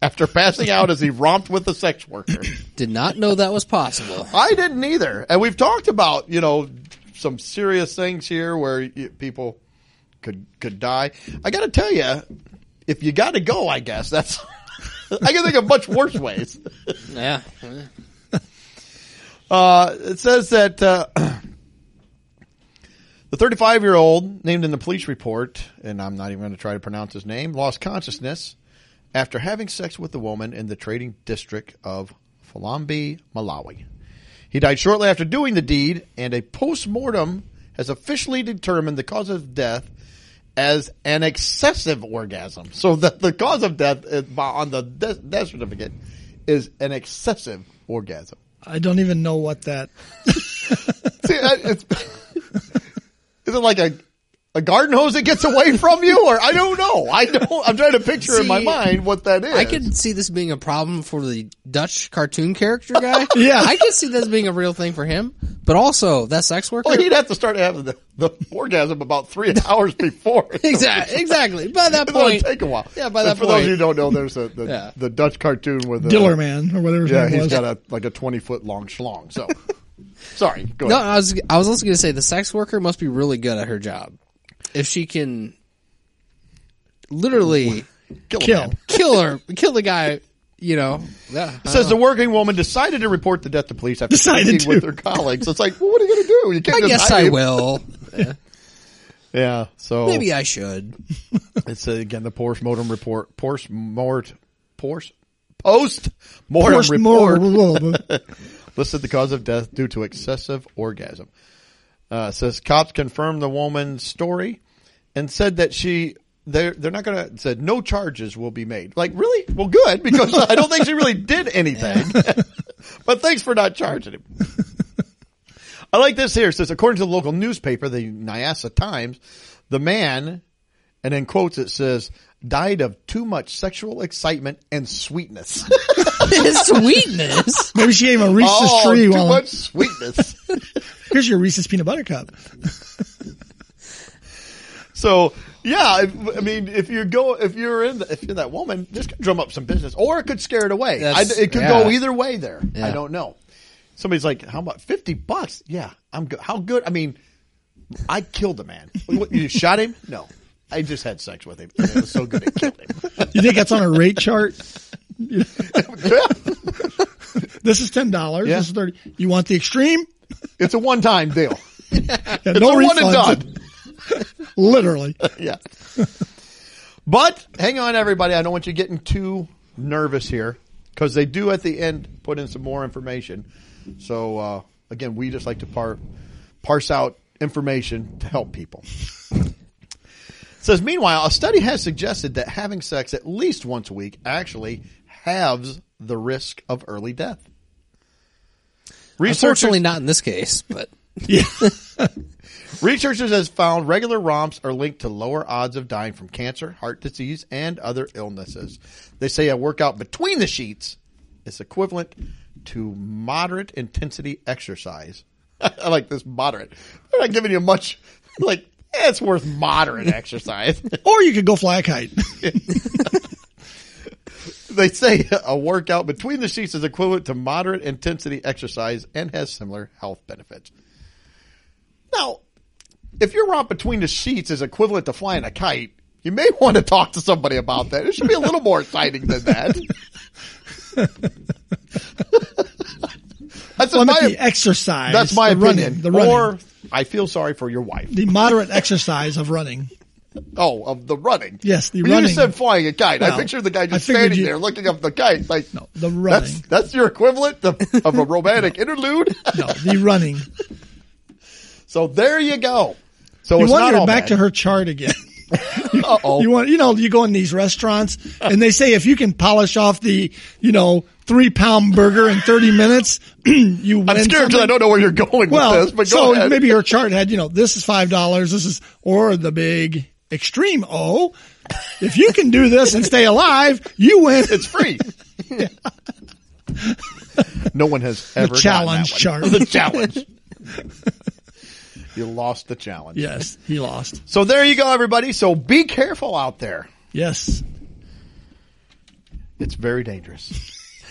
S1: after <laughs> passing out as he romped with a sex worker.
S3: Did not know that was possible.
S1: I didn't either. And we've talked about, you know, some serious things here where y people could could die. I got to tell you, if you got to go, I guess that's <laughs> I can think of much worse ways.
S3: Yeah.
S1: Uh, it says that uh, <clears throat> the 35 year old named in the police report, and I'm not even going to try to pronounce his name, lost consciousness after having sex with a woman in the trading district of Falambi, Malawi. He died shortly after doing the deed, and a post mortem has officially determined the cause of death as an excessive orgasm. So the, the cause of death is, by- on the de- death certificate is an excessive orgasm.
S2: I don't even know what that.
S1: See, I- it's, is it like a a garden hose that gets away from you, or I don't know. I don't. I'm trying to picture in my
S3: See,
S1: mind what that is.
S3: I could see this being a problem for the Dutch cartoon character
S1: <laughs>
S3: guy.
S2: Yeah.
S3: I could see this being a real thing for him. But also, that sex worker.
S1: Well,
S3: <laughs>
S1: he'd have to start having the, the orgasm about three hours before.
S3: <laughs> exactly. Exactly.
S1: <laughs>
S3: By that
S1: It'll
S3: point.
S1: take a while.
S3: Yeah, by
S1: And
S3: that
S1: for those
S3: point.
S1: of you who don't know, there's a, the,
S3: <laughs> Yeah.
S1: the Dutch cartoon with
S2: Diller Man or whatever his
S1: Uh, Yeah,
S2: name
S1: he's
S2: was.
S1: got a like a 20 foot long schlong.
S3: <laughs>
S1: So, sorry. Go
S3: No,
S1: ahead.
S3: I was I was also going to say the sex worker must be really good at her job. If she can
S1: <laughs>
S3: literally
S1: Kill. him,
S2: Kill.
S1: man.
S3: kill her, kill the guy,
S1: <laughs>
S3: you know. Yeah.
S1: It says the working woman decided to report the death to police after
S2: Decided
S1: speaking with
S2: to.
S1: her colleagues. It's like, well, what are you going to do? You can't
S3: I
S1: just
S3: guess
S1: hide
S3: I
S1: him.
S3: will.
S1: Yeah. So
S3: Maybe I should. <laughs>
S1: It's uh, again the Porsche Modem report. Porsche Mort. Porsche post mortem
S2: Forced
S1: report
S2: moral-
S1: listed the cause of death due to excessive orgasm. Uh, it says cops confirmed the woman's story and said that she they're they're not gonna said no charges will be made. Like really? Well, good because I don't think she really did anything. <laughs> but thanks for not charging him. I like this here. It says, according to the local newspaper, the Nyassa Times, the man, and in quotes it says, died of too much sexual excitement and sweetness.
S3: <laughs> Sweetness.
S2: <laughs> Maybe she gave him a Reese's
S1: oh,
S2: tree.
S1: too
S2: While
S1: much sweetness.
S2: here's your Reese's peanut butter cup.
S1: so yeah, if- I mean, if you go, if you're in, the, if you're that woman, this could drum up some business, or it could scare it away. I,
S3: That's-
S1: it could
S3: yeah.
S1: go either way. There,
S3: Yeah.
S1: I don't know. Somebody's like, how about fifty bucks? Yeah, I'm good. How good? I mean, I killed a man. What, you shot him? No, I just had sex with him. And it was so good it killed him.
S2: You think that's on a rate chart?
S3: <laughs>
S1: Yeah.
S2: This is ten dollars.
S1: Yeah.
S2: This is thirty. You want the extreme?
S1: it's a one-time deal.
S2: Yeah,
S1: It's
S2: no
S1: a one and
S2: refunds.
S1: done.
S2: <laughs>
S1: <laughs>
S2: Literally.
S1: yeah. but hang on, everybody. I don't want you getting too nervous here because they do at the end put in some more information. So uh, again, we just like to par- parse out information to help people. It says, meanwhile, a study has suggested that having sex at least once a week actually halves the risk of early death. Researchers
S3: Unfortunately, not in this case, but
S1: Researchers has found regular romps are linked to lower odds of dying from cancer, heart disease, and other illnesses. They say a workout between the sheets is equivalent to moderate intensity exercise. <laughs> I like this moderate. They're not giving you much. <laughs> Like eh, it's worth moderate exercise. <laughs>
S2: Or you could go fly a kite.
S1: they say a workout between the sheets is equivalent to moderate intensity exercise and has similar health benefits. <laughs> Now, if your romp between the sheets is equivalent to flying a kite, you may want to talk to somebody about that. It should be a little more exciting than that. that's,
S2: Well, I meant the
S1: my,
S2: exercise.
S1: that's my
S2: the running,
S1: opinion.
S2: the running.
S1: Or I feel sorry for your wife.
S2: the moderate exercise of running.
S1: Oh, of the running.
S2: Yes, the
S1: When
S2: running.
S1: You said flying a kite. I
S2: Well,
S1: pictured the guy just
S2: I figured
S1: standing
S2: you-
S1: there looking up the kite. Like
S2: No, the
S1: That's,
S2: running.
S1: that's your equivalent of, of a romantic interlude.
S2: <laughs> No,
S1: <laughs>
S2: the running.
S1: So there you go. So
S2: You
S1: it's not
S2: wonder
S1: all
S2: back
S1: bad.
S2: to her chart again. <laughs> You want, you know, you go in these restaurants and they say if you can polish off the, you know, three pound burger in 30 minutes, <clears throat> you win.
S1: I'm scared because I
S2: something.
S1: don't know where you're going
S2: Well,
S1: with this, but go
S2: so
S1: ahead.
S2: maybe your chart had, you know, this is five dollars. This is or the big extreme O. If you can do this and stay alive, you
S1: <laughs>
S2: win
S1: it's
S2: <laughs>
S1: free. no one has ever gotten
S2: challenge
S1: that one.
S2: chart.
S1: the challenge. you lost the challenge.
S2: Yes, he lost.
S1: So there you go, everybody. So be careful out there.
S2: Yes,
S1: It's very
S2: <laughs>
S1: dangerous.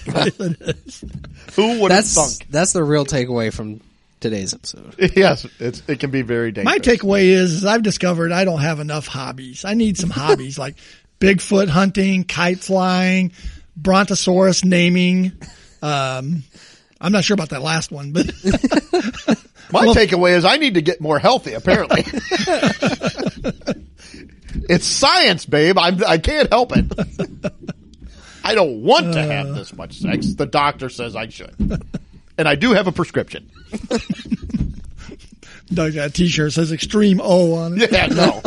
S1: Who would have
S3: That's
S1: thunk?
S3: that's the real takeaway from today's episode.
S1: Yes, it's it can be very dangerous.
S2: my takeaway is, is I've discovered I don't have enough hobbies. I need some hobbies like Bigfoot hunting, kite flying, brontosaurus naming. Um, I'm not sure about that last one, but <laughs>
S1: My takeaway is I need to get more healthy. Apparently, it's science, babe. I'm I can't help it. I don't want to have this much sex. The doctor says I should, and I do have a prescription. <laughs>
S2: Doug got a T-shirt that says "Extreme O" on it.
S1: Yeah, no.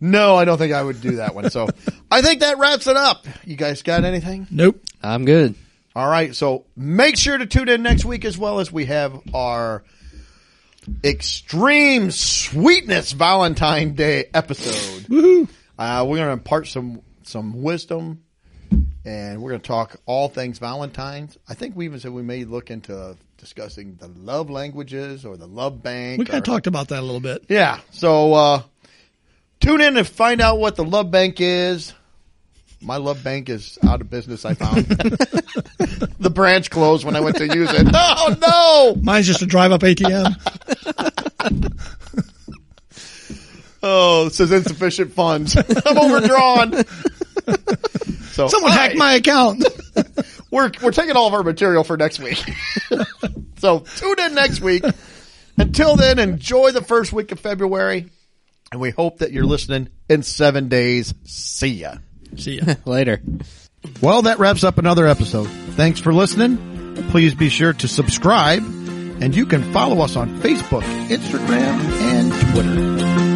S1: no, I don't think I would do that one. So I think that wraps it up. You guys got anything?
S2: Nope.
S3: I'm good.
S1: All right. So make sure to tune in next week as well as we have our extreme sweetness Valentine Day episode. Uh, we're going to impart some some wisdom, and we're going to talk all things Valentine's. I think we even said we may look into discussing the love languages or the love bank.
S2: We kind
S1: or-
S2: of talked about that a little bit.
S1: Yeah. So uh, tune in and find out what the love bank is. My love bank is out of business. I found the branch closed when I went to use it. Oh no!
S2: Mine's just a drive-up ATM.
S1: Oh, it says insufficient funds. I'm overdrawn. So
S2: Someone
S1: all
S2: hacked
S1: right.
S2: my account. <laughs>
S1: We're we're taking all of our material for next week. <laughs> so tune in next week. Until then, enjoy the first week of February, and we hope that you're listening in seven days. See ya.
S2: See ya.
S3: Later.
S5: Well, that wraps up another episode. Thanks for listening. Please be sure to subscribe and you can follow us on Facebook, Instagram, and Twitter.